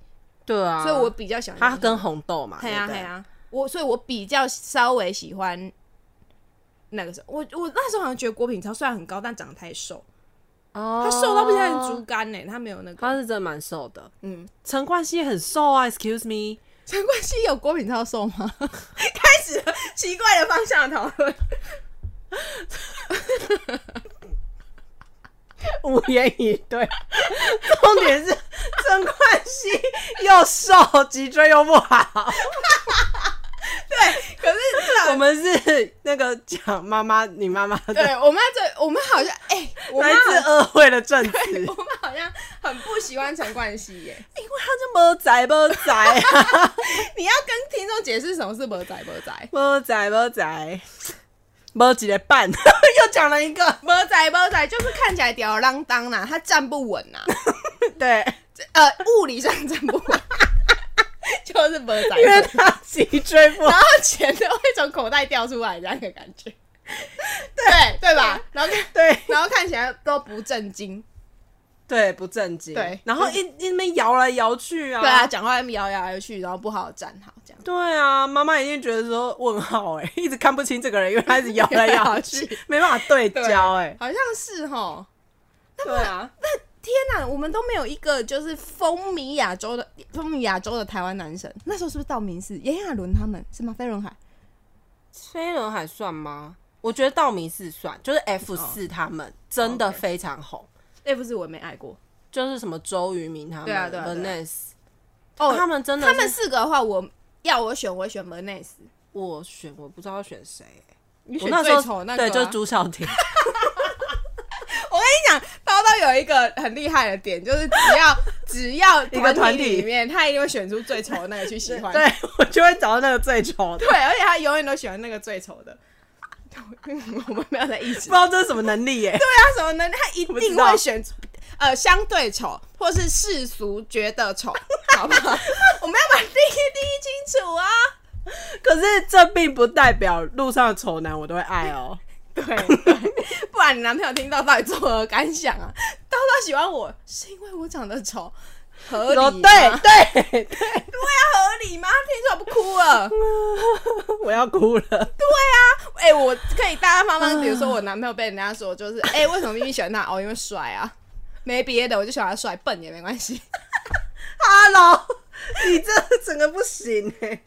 Speaker 1: 对啊，
Speaker 2: 所以我比较喜欢
Speaker 1: 他
Speaker 2: 张勋
Speaker 1: 跟红豆嘛，
Speaker 2: 嘿啊
Speaker 1: 对
Speaker 2: 嘿
Speaker 1: 不对，
Speaker 2: 啊，我所以我比较稍微喜欢那个时候，我我那时候好像觉得郭品超虽然很高，但长得太瘦，
Speaker 1: 哦，
Speaker 2: 他瘦到不像竹，竿呢、欸他没有那个
Speaker 1: 他是真的蛮瘦的。
Speaker 2: 嗯。
Speaker 1: 陈冠希很瘦啊，Excuse me，
Speaker 2: 陈冠希有郭品超瘦吗？ 开始了奇怪的方向讨论。
Speaker 1: 无言以对。重点 是陈冠希又瘦，脊椎又不好。
Speaker 2: 可是至少
Speaker 1: 我们是那个讲妈妈，你妈妈的
Speaker 2: 对我妈这，我们好像哎、我妈
Speaker 1: 来自
Speaker 2: 好
Speaker 1: 二会的证词， 因为
Speaker 2: 我妈好像很不喜欢陈冠希耶。
Speaker 1: 他就没仔没仔啊，
Speaker 2: 你要跟听众解释什么是魔仔魔仔
Speaker 1: 没仔没仔，没几个半， 又讲了一个，
Speaker 2: 魔仔魔仔，就是看起来吊儿郎当啊啦，他站不稳呐、
Speaker 1: 对，
Speaker 2: 这呃，物理上站不稳， 就是魔仔
Speaker 1: 因为
Speaker 2: 魔仔。
Speaker 1: 他脊椎不
Speaker 2: 然
Speaker 1: 好，
Speaker 2: 后钱都会从口袋掉出来，这样的感觉，对对吧？然后看
Speaker 1: 对
Speaker 2: 然后看起来都不正经，
Speaker 1: 对，不正经，
Speaker 2: 对
Speaker 1: 然后一一边摇来摇去啊，
Speaker 2: 对啊，，讲话摇来摇去，然后不好好站好，这样。
Speaker 1: 对啊，妈妈一定觉得说问号哎、 一直看不清这个人，因为他一直摇来摇
Speaker 2: 摇来摇
Speaker 1: 去
Speaker 2: 去，
Speaker 1: 没办法对焦哎、
Speaker 2: 好像是哈。
Speaker 1: 对啊，
Speaker 2: 那天哪、我们都没有一个就是风靡亚洲的风靡亚洲的台湾男神。那时候是不是道明寺、炎亚纶他们是吗？飞轮海
Speaker 1: 飞轮还算吗？我觉得道明寺算，就是 F
Speaker 2: 哦
Speaker 1: 四他们真的非常红。
Speaker 2: F 哎四我没爱过
Speaker 1: 就是什么周渝民他们，
Speaker 2: 对啊对啊对
Speaker 1: n
Speaker 2: 啊
Speaker 1: s
Speaker 2: 哦。
Speaker 1: 他们真的是，
Speaker 2: 他们四个的话，我要我选，我会选 Bernays。
Speaker 1: 我选我不知道要选谁欸、
Speaker 2: 你
Speaker 1: 我
Speaker 2: 选
Speaker 1: 那时
Speaker 2: 最丑的
Speaker 1: 候
Speaker 2: 那个、啊
Speaker 1: 对，就是朱孝 天，
Speaker 2: 包到有一个很厉害的点，就是只要 只要
Speaker 1: 一个团体
Speaker 2: 里面，他一定会选出最丑的那个去喜欢。
Speaker 1: 对我就会找到那个最丑的，
Speaker 2: 对，而且他永远都喜欢那个最丑的。 我们没有在一
Speaker 1: 不
Speaker 2: 起
Speaker 1: 知。道这是什么能力耶、
Speaker 2: 他什么能力？他一
Speaker 1: 我知
Speaker 2: 定
Speaker 1: 道
Speaker 2: 会选呃相对丑，或是世俗觉 得丑，好不好？ 我们要把第一第一清楚啊！
Speaker 1: 可是这并不代表路上的丑男我都会爱哦、
Speaker 2: 对，对 不然你男朋友听到到底作何感想啊？到他喜欢我是因为我长得丑，合理啊
Speaker 1: 哦
Speaker 2: 吗？啊
Speaker 1: 对对对，
Speaker 2: 合理吗？听说不哭了。
Speaker 1: 我要哭了。
Speaker 2: 哎、我可以大大方方，比如说我男朋友被人家 说就是，哎、为什么咪咪喜欢他？哦，因为帅啊，没别的，我就喜欢他帅，笨也没关系。
Speaker 1: Hello，你这整个不行哎、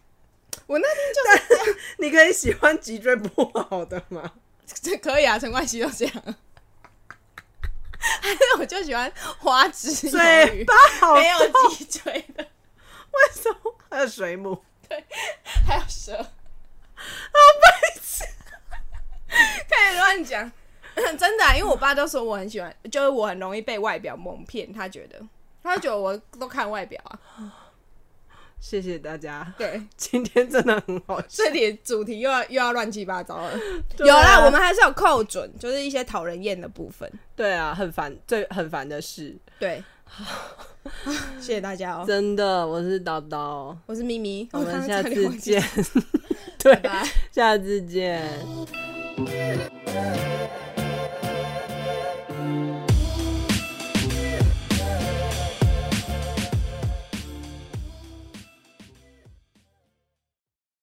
Speaker 2: 我那天就是
Speaker 1: 你可以喜欢脊椎不好的吗？
Speaker 2: 这可以啊，陈冠希都这样。 还有，我就喜欢花枝鱿
Speaker 1: 嘴
Speaker 2: 鱼，
Speaker 1: 巴好
Speaker 2: 没有
Speaker 1: 痛，
Speaker 2: 脊椎的，
Speaker 1: 为什么？还有水母，
Speaker 2: 还有蛇，好白痴！ 开始乱讲，真的啊、因为我爸都说我很喜欢，就是我很容易被外表蒙骗，他觉得，他觉得我都看外表啊，
Speaker 1: 谢谢大家，
Speaker 2: 对。
Speaker 1: 今天真的很好笑。
Speaker 2: 这里主题又要又要乱七八糟了。
Speaker 1: 对
Speaker 2: 有
Speaker 1: 啊
Speaker 2: 啦，我们还是有扣准，就是一些讨人厌的部分。
Speaker 1: 对啊，很烦，最很烦的事，
Speaker 2: 对， 谢谢大家哦、
Speaker 1: 真的，我是叨叨，
Speaker 2: 我是咪咪，
Speaker 1: 我们
Speaker 2: 刚刚
Speaker 1: 下
Speaker 2: 哦差点
Speaker 1: 次
Speaker 2: 忘记
Speaker 1: 见，对
Speaker 2: 拜拜，
Speaker 1: 下次见。